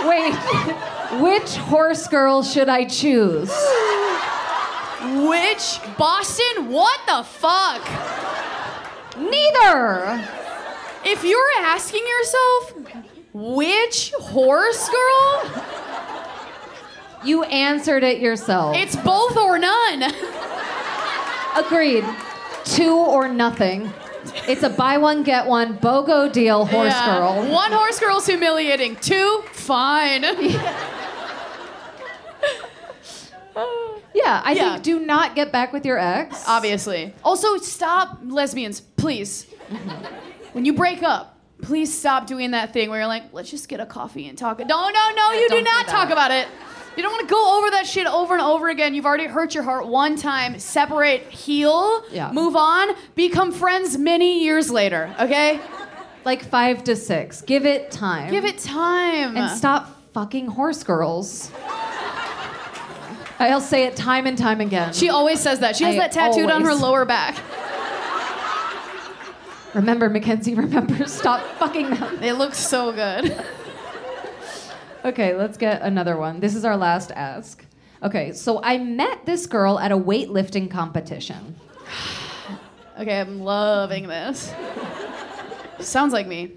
Speaker 2: Wait. Which horse girl should I choose?
Speaker 3: Which Boston? What the fuck?
Speaker 2: Neither.
Speaker 3: If you're asking yourself, which horse girl?
Speaker 2: You answered it yourself.
Speaker 3: It's both or none.
Speaker 2: agreed. Two or nothing. It's a buy one get one BOGO deal, horse
Speaker 3: Yeah.
Speaker 2: girl.
Speaker 3: One horse girl's humiliating. Two, fine.
Speaker 2: Yeah, I
Speaker 3: Yeah.
Speaker 2: think do not get back with your ex.
Speaker 3: Obviously. Also, stop lesbians, please. when you break up, please stop doing that thing where you're like, let's just get a coffee and talk. No, no, no, you do
Speaker 2: don't do
Speaker 3: not
Speaker 2: that.
Speaker 3: talk about it. You don't want to go over that shit over and over again. You've already hurt your heart one time. Separate, heal,
Speaker 2: Yeah.
Speaker 3: move on, become friends many years later, okay?
Speaker 2: Like five to six. Give it time.
Speaker 3: Give it time.
Speaker 2: And stop fucking horse girls. I'll say it time and time again.
Speaker 3: She always says that. She has
Speaker 2: I
Speaker 3: that tattooed on her
Speaker 2: always-
Speaker 3: lower back.
Speaker 2: remember, Mackenzie, remember. Stop fucking them.
Speaker 3: It looks so good.
Speaker 2: Okay, let's get another one. This is our last ask. Okay, so I met this girl at a weightlifting competition.
Speaker 3: Okay, I'm loving this. Sounds like me.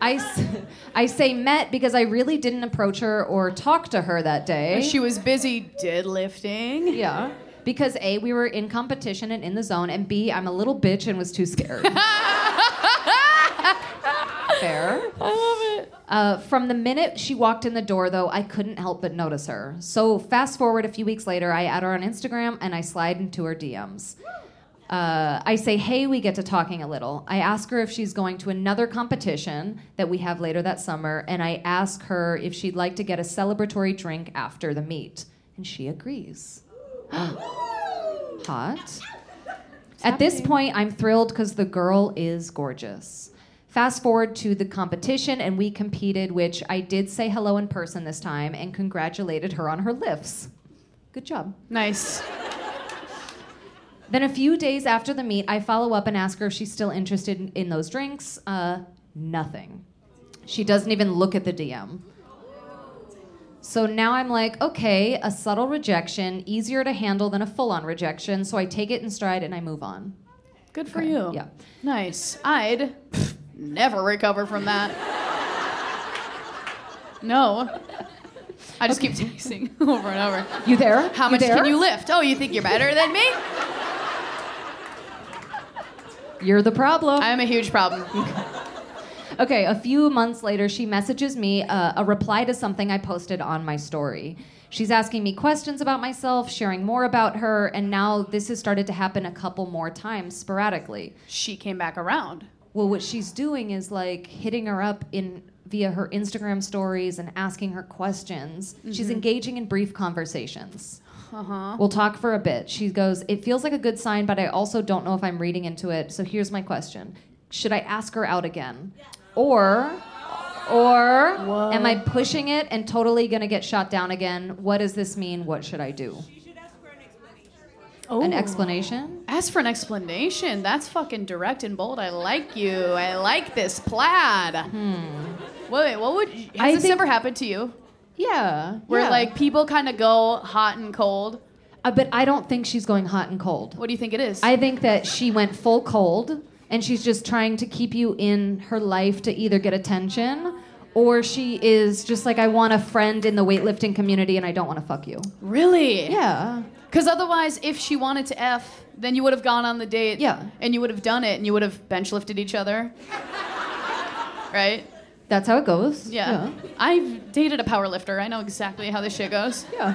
Speaker 2: I, s- I say met because I really didn't approach her or talk to her that day.
Speaker 3: She was busy deadlifting.
Speaker 2: yeah. Because A, we were in competition and in the zone, and B, I'm a little bitch and was too scared. Fair.
Speaker 3: I love it.
Speaker 2: Uh, from the minute she walked in the door, though, I couldn't help but notice her. So, fast forward a few weeks later, I add her on Instagram and I slide into her DMs. Uh, I say, hey, we get to talking a little. I ask her if she's going to another competition that we have later that summer, and I ask her if she'd like to get a celebratory drink after the meet. And she agrees. Hot. At this point, I'm thrilled because the girl is gorgeous. Fast forward to the competition, and we competed, which I did say hello in person this time and congratulated her on her lifts. Good job.
Speaker 3: Nice.
Speaker 2: Then a few days after the meet, I follow up and ask her if she's still interested in, in those drinks. Uh, nothing. She doesn't even look at the DM. So now I'm like, okay, a subtle rejection, easier to handle than a full on rejection. So I take it in stride and I move on.
Speaker 3: Good for you.
Speaker 2: Yeah.
Speaker 3: Nice. I'd never recover from that. No. I just keep texting over and over.
Speaker 2: You there?
Speaker 3: How much can you lift? Oh, you think you're better than me?
Speaker 2: You're the problem.
Speaker 3: I'm a huge problem.
Speaker 2: Okay, a few months later, she messages me uh, a reply to something I posted on my story. She's asking me questions about myself, sharing more about her, and now this has started to happen a couple more times sporadically.
Speaker 3: She came back around.
Speaker 2: Well, what she's doing is like hitting her up in via her Instagram stories and asking her questions. She's engaging in brief conversations. We'll talk for a bit. She goes, It feels like a good sign, but I also don't know if I'm reading into it. So here's my question Should I ask her out again? Or. Or am I pushing it and totally gonna get shot down again? What does this mean? What should I do? An explanation?
Speaker 3: Ask for an explanation. That's fucking direct and bold. I like you. I like this plaid. Hmm. Wait, what would has
Speaker 2: I
Speaker 3: this
Speaker 2: think-
Speaker 3: ever happened to you?
Speaker 2: Yeah.
Speaker 3: Where
Speaker 2: yeah.
Speaker 3: like people kind of go hot and cold.
Speaker 2: Uh, but I don't think she's going hot and cold.
Speaker 3: What do you think it is?
Speaker 2: I think that she went full cold and she's just trying to keep you in her life to either get attention or she is just like, I want a friend in the weightlifting community and I don't want to fuck you.
Speaker 3: really?
Speaker 2: Yeah.
Speaker 3: Because otherwise, if she wanted to F, then you would have gone on the date.
Speaker 2: Yeah.
Speaker 3: And you would have done it and you would have bench lifted each other. right?
Speaker 2: That's how it goes.
Speaker 3: Yeah. I've dated a power lifter. I know exactly how this shit goes.
Speaker 2: Yeah.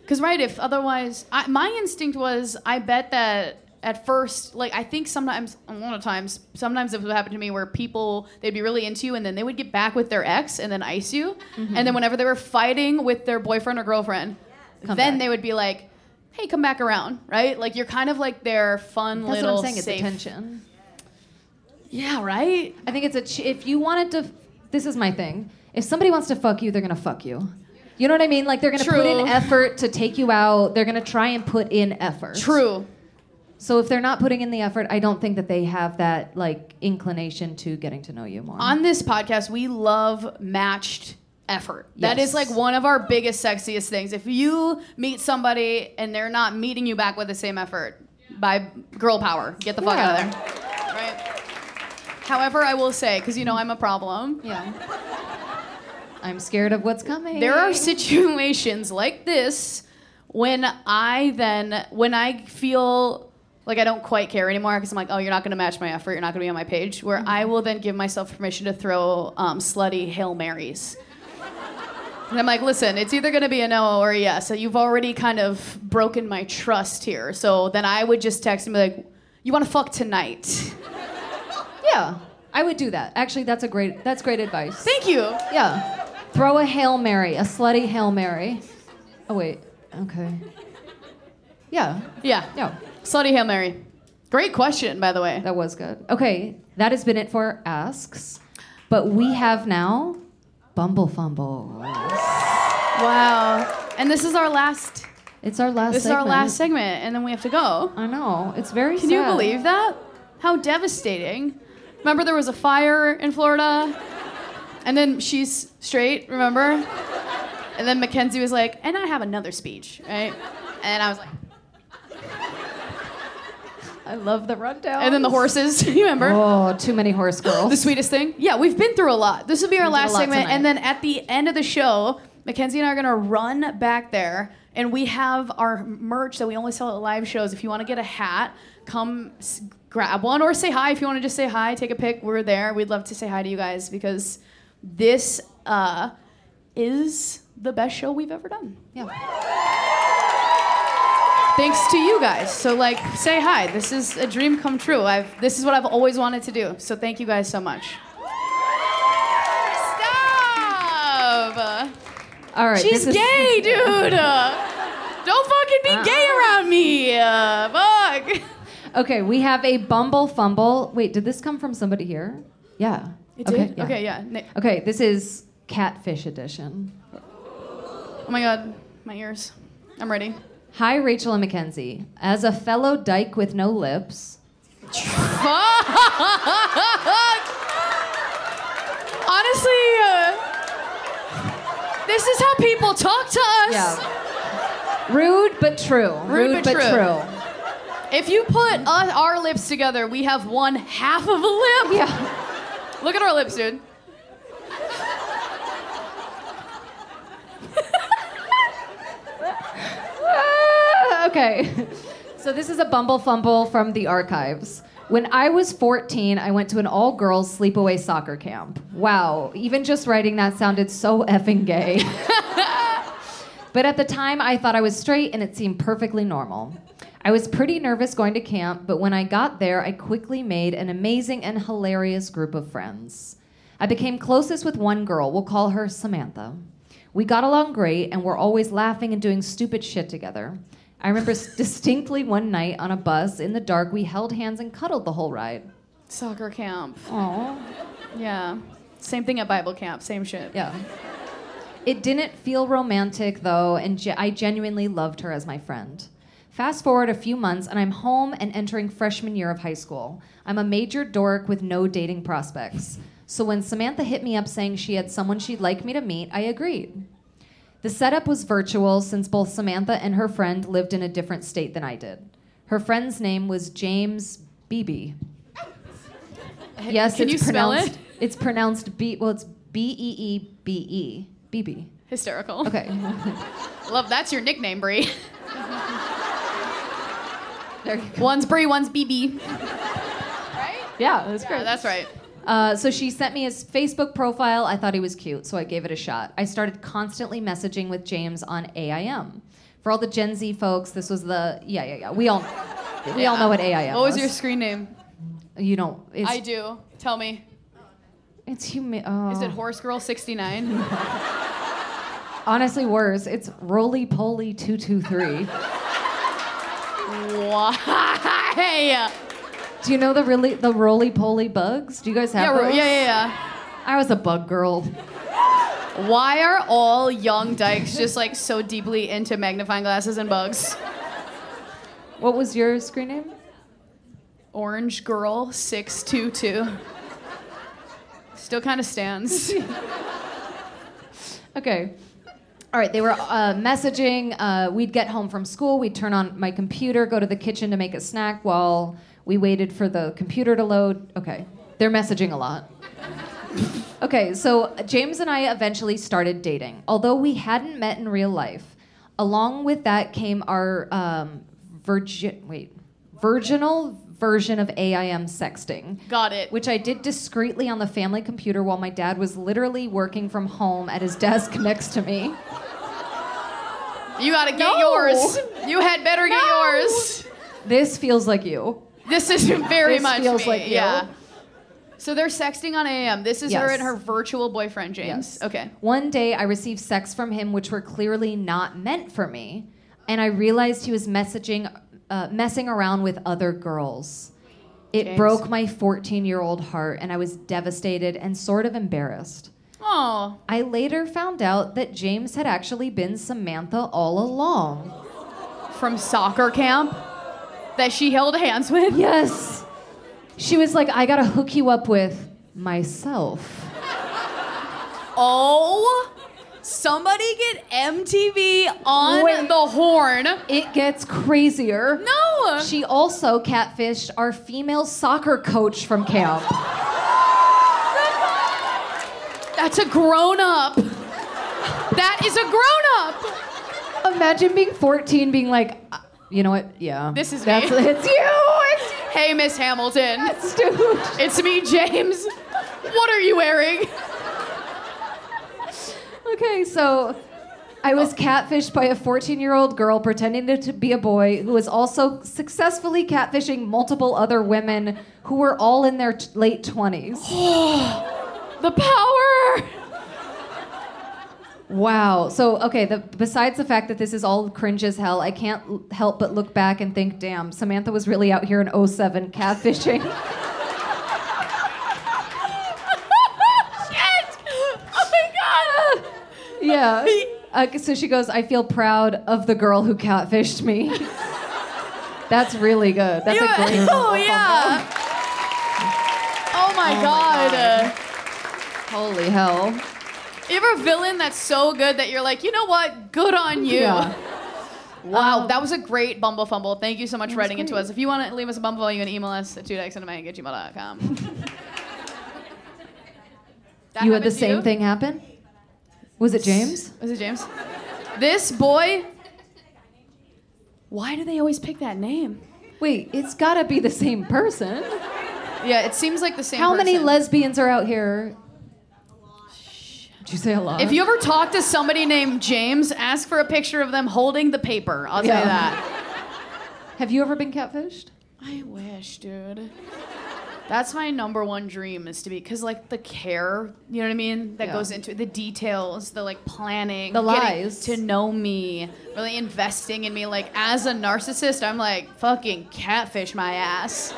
Speaker 3: Because, right, if otherwise, I, my instinct was I bet that at first, like, I think sometimes, a lot of times, sometimes it would happen to me where people, they'd be really into you and then they would get back with their ex and then ice you.
Speaker 2: Mm-hmm.
Speaker 3: And then whenever they were fighting with their boyfriend or girlfriend, then
Speaker 2: back.
Speaker 3: they would be like, hey, come back around, right? Like, you're kind of like their fun
Speaker 2: That's
Speaker 3: little
Speaker 2: what I'm saying. It's
Speaker 3: safe-
Speaker 2: attention.
Speaker 3: Yeah, right?
Speaker 2: I think it's a, ch- if you wanted to, this is my thing. If somebody wants to fuck you, they're going to fuck you. You know what I mean? Like they're going to put in
Speaker 3: True.
Speaker 2: effort to take you out. They're going to try and put in effort.
Speaker 3: True.
Speaker 2: So if they're not putting in the effort, I don't think that they have that like inclination to getting to know you more.
Speaker 3: on this podcast, we love matched effort. That
Speaker 2: Yes.
Speaker 3: is like one of our biggest, sexiest things. If you meet somebody and they're not meeting you back with the same effort, by girl power, get the fuck out of there. Right? However, I will say, because you know I'm a problem,
Speaker 2: yeah. I'm scared of what's coming.
Speaker 3: there are situations like this when I then when I feel like I don't quite care anymore because I'm like, oh, you're not going to match my effort. You're not going to be on my page. Where I will then give myself permission to throw um, slutty hail marys. And I'm like, listen, it's either going to be a no or a yes. So you've already kind of broken my trust here. So then I would just text and be like, you want to fuck tonight?
Speaker 2: yeah. I would do that. Actually, that's a great that's great advice.
Speaker 3: Thank you.
Speaker 2: yeah. Throw a hail mary, a slutty hail mary. Oh wait. Okay. Yeah.
Speaker 3: Yeah.
Speaker 2: Yeah.
Speaker 3: Slutty hail mary. Great question, by the way.
Speaker 2: That was good. Okay, that has been it for asks. But we have now Bumble Fumble.
Speaker 3: Wow. And this is our last
Speaker 2: It's our last
Speaker 3: this is our last segment and then we have to go.
Speaker 2: I know. It's very
Speaker 3: Can you believe that? How devastating. Remember there was a fire in Florida? And then she's straight, remember? And then Mackenzie was like, and I have another speech, right? And I was like,
Speaker 2: I love the rundown.
Speaker 3: and then the horses, you remember?
Speaker 2: Oh, too many horse girls.
Speaker 3: The sweetest thing? Yeah, we've been through a lot. This will be our
Speaker 2: through a
Speaker 3: last
Speaker 2: lot
Speaker 3: segment. And
Speaker 2: tonight.
Speaker 3: then at the end of the show, Mackenzie and I are going to run back there. And we have our merch that we only sell at live shows. If you want to get a hat, come s- grab one or say hi. If you want to just say hi, take a pic. We're there. We'd love to say hi to you guys because this uh, is the best show we've ever done.
Speaker 2: yeah.
Speaker 3: Thanks to you guys. So, like, say hi. This is a dream come true. I've, this is what I've always wanted to do. So, thank you guys so much. Stop!
Speaker 2: All right.
Speaker 3: She's
Speaker 2: this is-
Speaker 3: gay, dude. Don't fucking be gay around me. Uh, fuck.
Speaker 2: Uh-uh. Okay, we have a Bumble Fumble. Wait, did this come from somebody here? Yeah.
Speaker 3: Okay, yeah. Okay, yeah. Nick-
Speaker 2: Okay, this is Catfish Edition.
Speaker 3: Oh my god, my ears. I'm ready.
Speaker 2: Hi, Rachel and Mackenzie. As a fellow dyke with no lips,
Speaker 3: Honestly, uh, this is how people talk to us.
Speaker 2: yeah. Rude but true.
Speaker 3: Rude but true.
Speaker 2: true.
Speaker 3: If you put us, our lips together, we have one half of a lip.
Speaker 2: Yeah.
Speaker 3: Look at our lips, dude.
Speaker 2: Ah, okay. So this is a Bumble Fumble from the archives. When I was 14, I went to an all girls sleepaway soccer camp. Wow, even just writing that sounded so effing gay. But at the time, I thought I was straight and it seemed perfectly normal. I was pretty nervous going to camp, but when I got there, I quickly made an amazing and hilarious group of friends. I became closest with one girl, we'll call her Samantha. We got along great and were always laughing and doing stupid shit together. I remember distinctly one night on a bus in the dark, we held hands and cuddled the whole ride.
Speaker 3: Soccer camp.
Speaker 2: Aww.
Speaker 3: Yeah. Same thing at Bible camp. Same shit.
Speaker 2: Yeah. It didn't feel romantic though, and ge- I genuinely loved her as my friend. Fast forward a few months, and I'm home and entering freshman year of high school. I'm a major dork with no dating prospects. So when Samantha hit me up saying she had someone she'd like me to meet, I agreed. The setup was virtual since both Samantha and her friend lived in a different state than I did. Her friend's name was James Beebe. Yes,
Speaker 3: Can
Speaker 2: it's
Speaker 3: you spell
Speaker 2: pronounced.
Speaker 3: it?
Speaker 2: It's pronounced B. Well, it's B E E B E Beebe.
Speaker 3: Hysterical.
Speaker 2: Okay,
Speaker 3: Love that's your nickname, Bree.
Speaker 2: there you go.
Speaker 3: one's Bree, one's BB.
Speaker 2: Yeah, that's
Speaker 3: Yeah, that's right.
Speaker 2: Uh, so she sent me his Facebook profile. I thought he was cute, so I gave it a shot. I started constantly messaging with James on AIM. For all the Gen Z folks, this was the yeah yeah yeah. We all we all know what AIM.
Speaker 3: What was your screen name?
Speaker 2: You don't. It's,
Speaker 3: I do. Tell me.
Speaker 2: It's human. Oh.
Speaker 3: Is it Horse Girl 69?
Speaker 2: Honestly, worse. It's roly poly two two three.
Speaker 3: Why?
Speaker 2: Do you know the really the roly poly bugs? Do you guys have
Speaker 3: Yeah, ro-
Speaker 2: those?
Speaker 3: yeah, yeah,
Speaker 2: I was a bug girl.
Speaker 3: yeah. Why are all young dykes just like so deeply into magnifying glasses and bugs?
Speaker 2: What was your screen name?
Speaker 3: Orange Girl 622. Still kind of stands.
Speaker 2: Okay. All right, they were uh, messaging. Uh, we'd get home from school, we'd turn on my computer, go to the kitchen to make a snack while we waited for the computer to load. Okay, they're messaging a lot. okay, so James and I eventually started dating, although we hadn't met in real life. Along with that came our um, virgin, wait, virginal version of AIM sexting
Speaker 3: Got it.
Speaker 2: which I did discreetly on the family computer while my dad was literally working from home at his desk next to me.
Speaker 3: You gotta get yours. You had better get yours.
Speaker 2: This feels like you.
Speaker 3: This is very
Speaker 2: This
Speaker 3: much
Speaker 2: feels
Speaker 3: me.
Speaker 2: like you.
Speaker 3: Yeah. So they're sexting on AM. This is her
Speaker 2: Yes.
Speaker 3: and her virtual boyfriend James.
Speaker 2: Yes.
Speaker 3: Okay.
Speaker 2: One day I received sex from him which were clearly not meant for me, and I realized he was messaging uh, messing around with other girls. It
Speaker 3: James.
Speaker 2: broke my 14-year-old heart and I was devastated and sort of embarrassed.
Speaker 3: Oh,
Speaker 2: I later found out that James had actually been Samantha all along.
Speaker 3: from soccer camp that she held hands with.
Speaker 2: Yes. She was like, I gotta hook you up with myself.
Speaker 3: Oh Somebody get MTV on
Speaker 2: Wait.
Speaker 3: the horn.
Speaker 2: It gets crazier.
Speaker 3: No.
Speaker 2: She also catfished our female soccer coach from camp.
Speaker 3: That's a grown up. That is a grown up.
Speaker 2: Imagine being 14, being like, "Uh, you know what? Yeah.
Speaker 3: This is
Speaker 2: That's,
Speaker 3: me.
Speaker 2: It's you. It's
Speaker 3: Hey, Miss Hamilton.
Speaker 2: That's dude.
Speaker 3: It's me, James. What are you wearing?
Speaker 2: Okay, so I was
Speaker 3: Oh.
Speaker 2: catfished by a 14 year old girl pretending to, to be a boy who was also successfully catfishing multiple other women who were all in their t- late 20s.
Speaker 3: The power.
Speaker 2: Wow. So, okay, the, besides the fact that this is all cringe as hell, I can't l- help but look back and think, damn, Samantha was really out here in 07 catfishing.
Speaker 3: Shit. Oh my god.
Speaker 2: yeah. Uh, so she goes, I feel proud of the girl who catfished me. That's really good. That's a great
Speaker 3: oh yeah. Oh my god.
Speaker 2: Holy hell.
Speaker 3: You ever a villain that's so good that you're like, you know what? Good on you.
Speaker 2: Yeah.
Speaker 3: Wow, that was a great Bumble Fumble. Thank you so much for writing into
Speaker 2: Um, great.
Speaker 3: us. If you want to leave us a Bumble, you can email us at 2dexanime at gmail.com. That
Speaker 2: you had
Speaker 3: happened
Speaker 2: the
Speaker 3: to
Speaker 2: same
Speaker 3: you?
Speaker 2: thing happen? Was it James?
Speaker 3: Was it James? This boy. Why do they always pick that name?
Speaker 2: Wait, it's gotta be the same person.
Speaker 3: Yeah, it seems like the same.
Speaker 2: How many
Speaker 3: person.
Speaker 2: lesbians are out here? Did you say a lot?
Speaker 3: If you ever talk to somebody named James, ask for a picture of them holding the paper. I'll tell
Speaker 2: Yeah.
Speaker 3: you that.
Speaker 2: Have you ever been catfished?
Speaker 3: I wish, dude. That's my number one dream is to be, cause like the care, you know what I mean, that
Speaker 2: Yeah.
Speaker 3: goes into it, the details, the like planning,
Speaker 2: The
Speaker 3: getting
Speaker 2: lies.
Speaker 3: to know me, really investing in me. Like as a narcissist, I'm like fucking catfish my ass.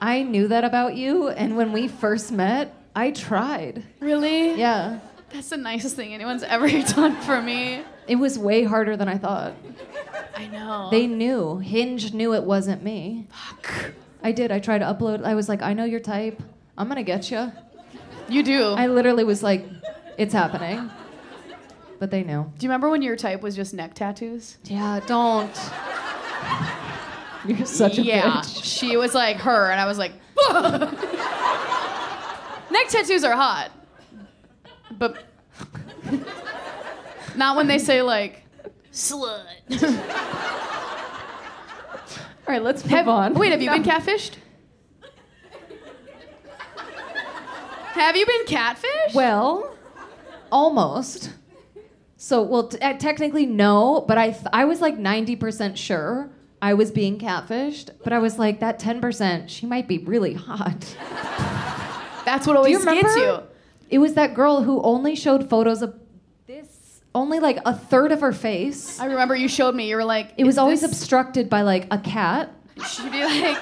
Speaker 2: I knew that about you, and when we first met, I tried.
Speaker 3: Really?
Speaker 2: Yeah.
Speaker 3: That's the nicest thing anyone's ever done for me.
Speaker 2: It was way harder than I thought.
Speaker 3: I know.
Speaker 2: They knew. Hinge knew it wasn't me. I did. I tried to upload. I was like, I know your type. I'm gonna get you.
Speaker 3: you do.
Speaker 2: I literally was like, it's happening. But they knew.
Speaker 3: do you remember when your type was just neck tattoos?
Speaker 2: Yeah, don't. You're such a
Speaker 3: yeah,
Speaker 2: bitch.
Speaker 3: she was like her, and I was like, neck tattoos are hot, but not when they say like slut.
Speaker 2: All right, let's move
Speaker 3: Have-
Speaker 2: on.
Speaker 3: Wait, have you been catfished? have you been catfished?
Speaker 2: Well, almost. So, well, t- uh, technically no, but I, th- I was like 90% sure I was being catfished, but I was like, that 10%, she might be really hot.
Speaker 3: That's what always
Speaker 2: you
Speaker 3: gets you.
Speaker 2: remember? It was that girl who only showed photos of this, only like a third of her face.
Speaker 3: I remember you showed me. You were like,
Speaker 2: It was always
Speaker 3: obscure.
Speaker 2: obstructed by like a cat.
Speaker 3: She'd be like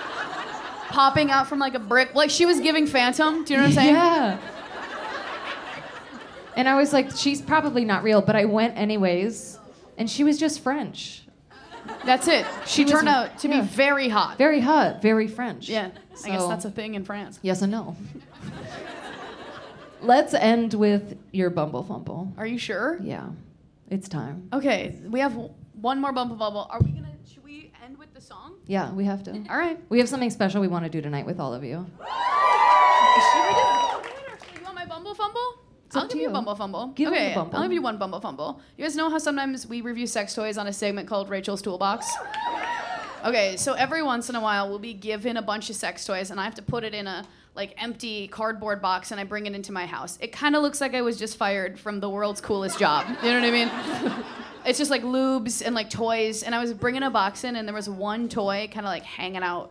Speaker 3: popping out from like a brick. Like she was giving Phantom. Do you know what I'm saying?
Speaker 2: Yeah. And I was like, she's probably not real, but I went anyways. And she was just French.
Speaker 3: That's it. She,
Speaker 2: was-
Speaker 3: turned out to
Speaker 2: yeah.
Speaker 3: be very hot.
Speaker 2: Very hot, very French.
Speaker 3: yeah. I guess
Speaker 2: So-
Speaker 3: that's a thing in France.
Speaker 2: Yes and no. Let's end with your Bumble Fumble.
Speaker 3: Are you sure?
Speaker 2: Yeah. It's time.
Speaker 3: Okay. We have w- one more bumble bubble. Are we gonna? Should we end with the song?
Speaker 2: Yeah, we have to.
Speaker 3: All right.
Speaker 2: We have something special we want to do tonight with all of you.
Speaker 3: Should we do? You want my bumble fumble?
Speaker 2: up
Speaker 3: I'll
Speaker 2: to
Speaker 3: give you a
Speaker 2: you.
Speaker 3: bumble fumble.
Speaker 2: Give him
Speaker 3: okay,
Speaker 2: the bumble.
Speaker 3: I'll give you one bumble fumble. You guys know how sometimes we review sex toys on a segment called Rachel's Toolbox? Okay, so every once in a while we'll be given a bunch of sex toys and I have to put it in a like empty cardboard box and I bring it into my house. It kind of looks like I was just fired from the world's coolest job. You know what I mean? it's just like lubes and like toys and I was bringing a box in and there was one toy kind of like hanging out.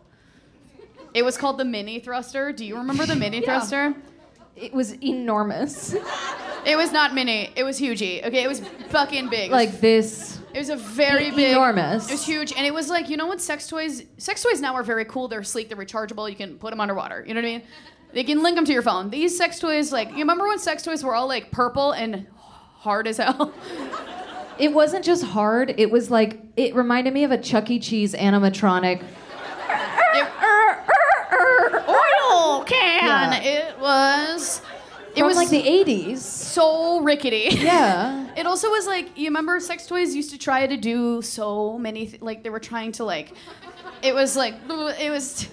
Speaker 3: It was called the mini thruster. Do you remember the mini thruster?
Speaker 2: It was enormous.
Speaker 3: It was not mini. It was hugey. Okay, it was fucking big.
Speaker 2: like this.
Speaker 3: it was a very big,
Speaker 2: enormous.
Speaker 3: It was huge, and it was like you know what sex toys. Sex toys now are very cool. They're sleek. They're rechargeable. You can put them underwater. You know what I mean? They can link them to your phone. These sex toys, like you remember when sex toys were all like purple and hard as hell.
Speaker 2: It wasn't just hard, it was like, it reminded me of a Chuck E. Cheese animatronic.
Speaker 3: It- oil can.
Speaker 2: Yeah.
Speaker 3: It was. It
Speaker 2: From
Speaker 3: was-
Speaker 2: like the 80s.
Speaker 3: so rickety.
Speaker 2: Yeah.
Speaker 3: It also was like you remember sex toys used to try to do so many th- like they were trying to like it was like it was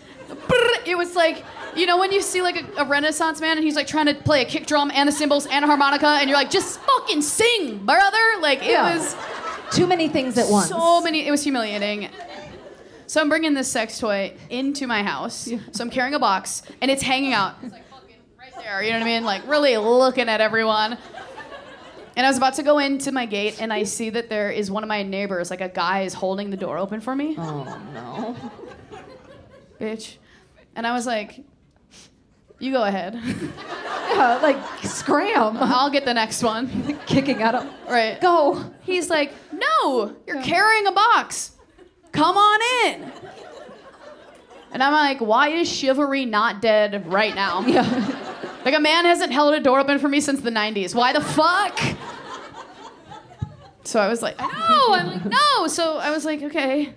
Speaker 3: it was like you know when you see like a, a renaissance man and he's like trying to play a kick drum and the cymbals and a harmonica and you're like just fucking sing brother like it
Speaker 2: Yeah.
Speaker 3: was
Speaker 2: Too many things at once.
Speaker 3: so many it was humiliating so I'm bringing this sex toy into my house so I'm carrying a box and it's hanging out it's like fucking right there you know what I mean like really looking at everyone and I was about to go into my gate, and I see that there is one of my neighbors, like a guy, is holding the door open for me.
Speaker 2: Oh, no.
Speaker 3: Bitch. And I was like, you go ahead.
Speaker 2: Yeah, like, scram.
Speaker 3: I'll get the next one.
Speaker 2: Kicking out of.
Speaker 3: Right.
Speaker 2: Go.
Speaker 3: He's like, no, you're carrying a box. Come on in. And I'm like, why is chivalry not dead right now?
Speaker 2: Yeah.
Speaker 3: Like, a man hasn't held a door open for me since the 90s. Why the fuck? So I was like, no, I'm like, no. So I was like, okay,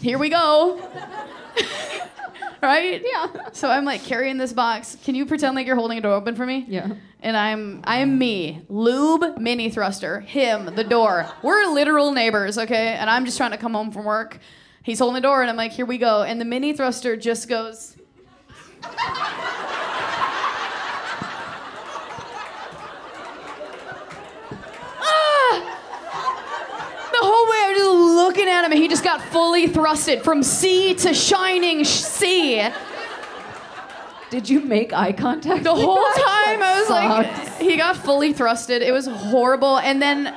Speaker 3: here we go. right?
Speaker 2: Yeah.
Speaker 3: So I'm like carrying this box. Can you pretend like you're holding a door open for me?
Speaker 2: Yeah.
Speaker 3: And I'm I'm me, lube, mini thruster, him, the door. We're literal neighbors, okay? And I'm just trying to come home from work. He's holding the door, and I'm like, here we go. And the mini thruster just goes. Ah! The whole way I'm just looking at him, and he just got fully thrusted from sea to shining sh- sea.
Speaker 2: Did you make eye contact?
Speaker 3: The whole time I was
Speaker 2: sucks.
Speaker 3: like, he got fully thrusted. It was horrible. And then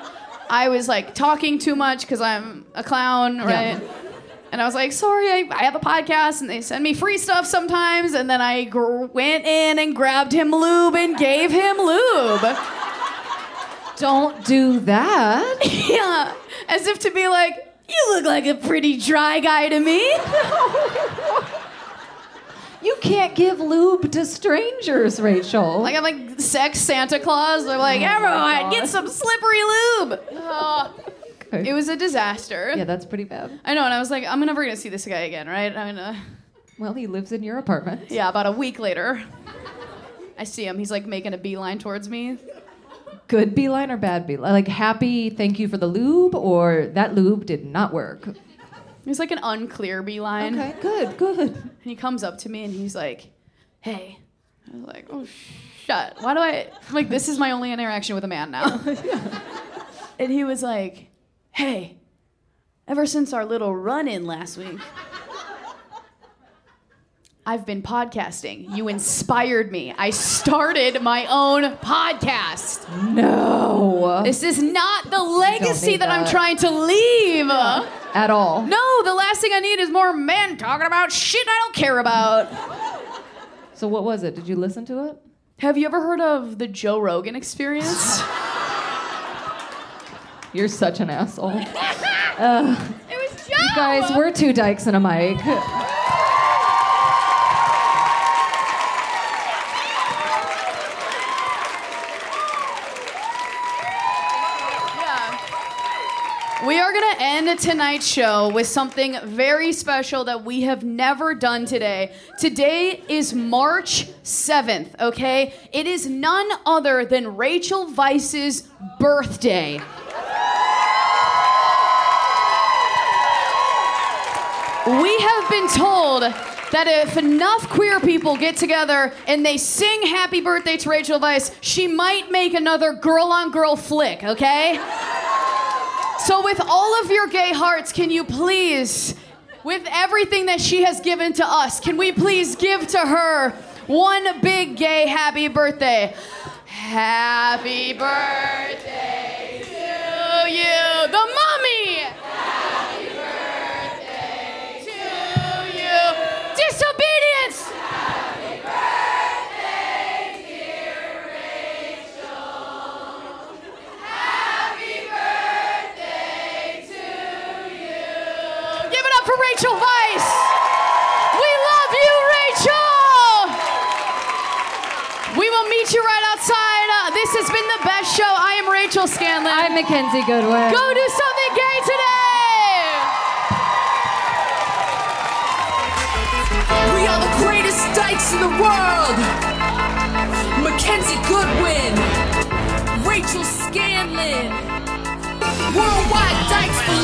Speaker 3: I was like talking too much because I'm a clown, right? And I was like, sorry, I, I have a podcast and they send me free stuff sometimes. And then I gr- went in and grabbed him lube and gave him lube.
Speaker 2: Don't do that.
Speaker 3: yeah. As if to be like, you look like a pretty dry guy to me.
Speaker 2: You can't give lube to strangers, Rachel.
Speaker 3: Like I'm like sex Santa Claus. They're like, everyone, get some slippery lube. Oh,
Speaker 2: Okay.
Speaker 3: it was a disaster.
Speaker 2: yeah, that's pretty bad.
Speaker 3: I know, and I was like, I'm never gonna see this guy again, right? I'm gonna.
Speaker 2: Well, he lives in your apartment.
Speaker 3: Yeah, about a week later, I see him. He's like making a beeline towards me.
Speaker 2: Good beeline or bad beeline? Like happy, thank you for the lube, or that lube did not work.
Speaker 3: He's like an unclear beeline.
Speaker 2: Okay, good, good.
Speaker 3: And he comes up to me and he's like, "Hey," I was like, "Oh, shut! Why do I?" I'm like, "This is my only interaction with a man now." and he was like, "Hey, ever since our little run-in last week." I've been podcasting. You inspired me. I started my own podcast.
Speaker 2: No,
Speaker 3: This is not the legacy
Speaker 2: need
Speaker 3: that, I'm
Speaker 2: that.
Speaker 3: trying to leave.
Speaker 2: at all.
Speaker 3: No, the last thing I need is more men talking about shit I don't care about.
Speaker 2: So what was it? Did you listen to it?
Speaker 3: Have you ever heard of the Joe Rogan experience?
Speaker 2: You're such an asshole.
Speaker 3: it was Joe.
Speaker 2: Guys, we're two dykes and a mic.
Speaker 3: We are going to end tonight's show with something very special that we have never done today. Today is March 7th, okay? It is none other than Rachel Vice's birthday. We have been told that if enough queer people get together and they sing happy birthday to Rachel Weisz, she might make another girl on girl flick, okay? So, with all of your gay hearts, can you please, with everything that she has given to us, can we please give to her one big gay happy birthday? Happy birthday to you, the mummy! to you. Disobedience. Happy birthday, dear Rachel. Happy birthday to you. Give it up for Rachel Weiss. We love you, Rachel. We will meet you right outside. Uh, this has been the best show. I am Rachel Scanlon.
Speaker 2: I'm Mackenzie Goodwin.
Speaker 3: Go do something gay today.
Speaker 1: We are the greatest dykes in the world. Mackenzie Goodwin, Rachel Scanlon, Worldwide Dykes for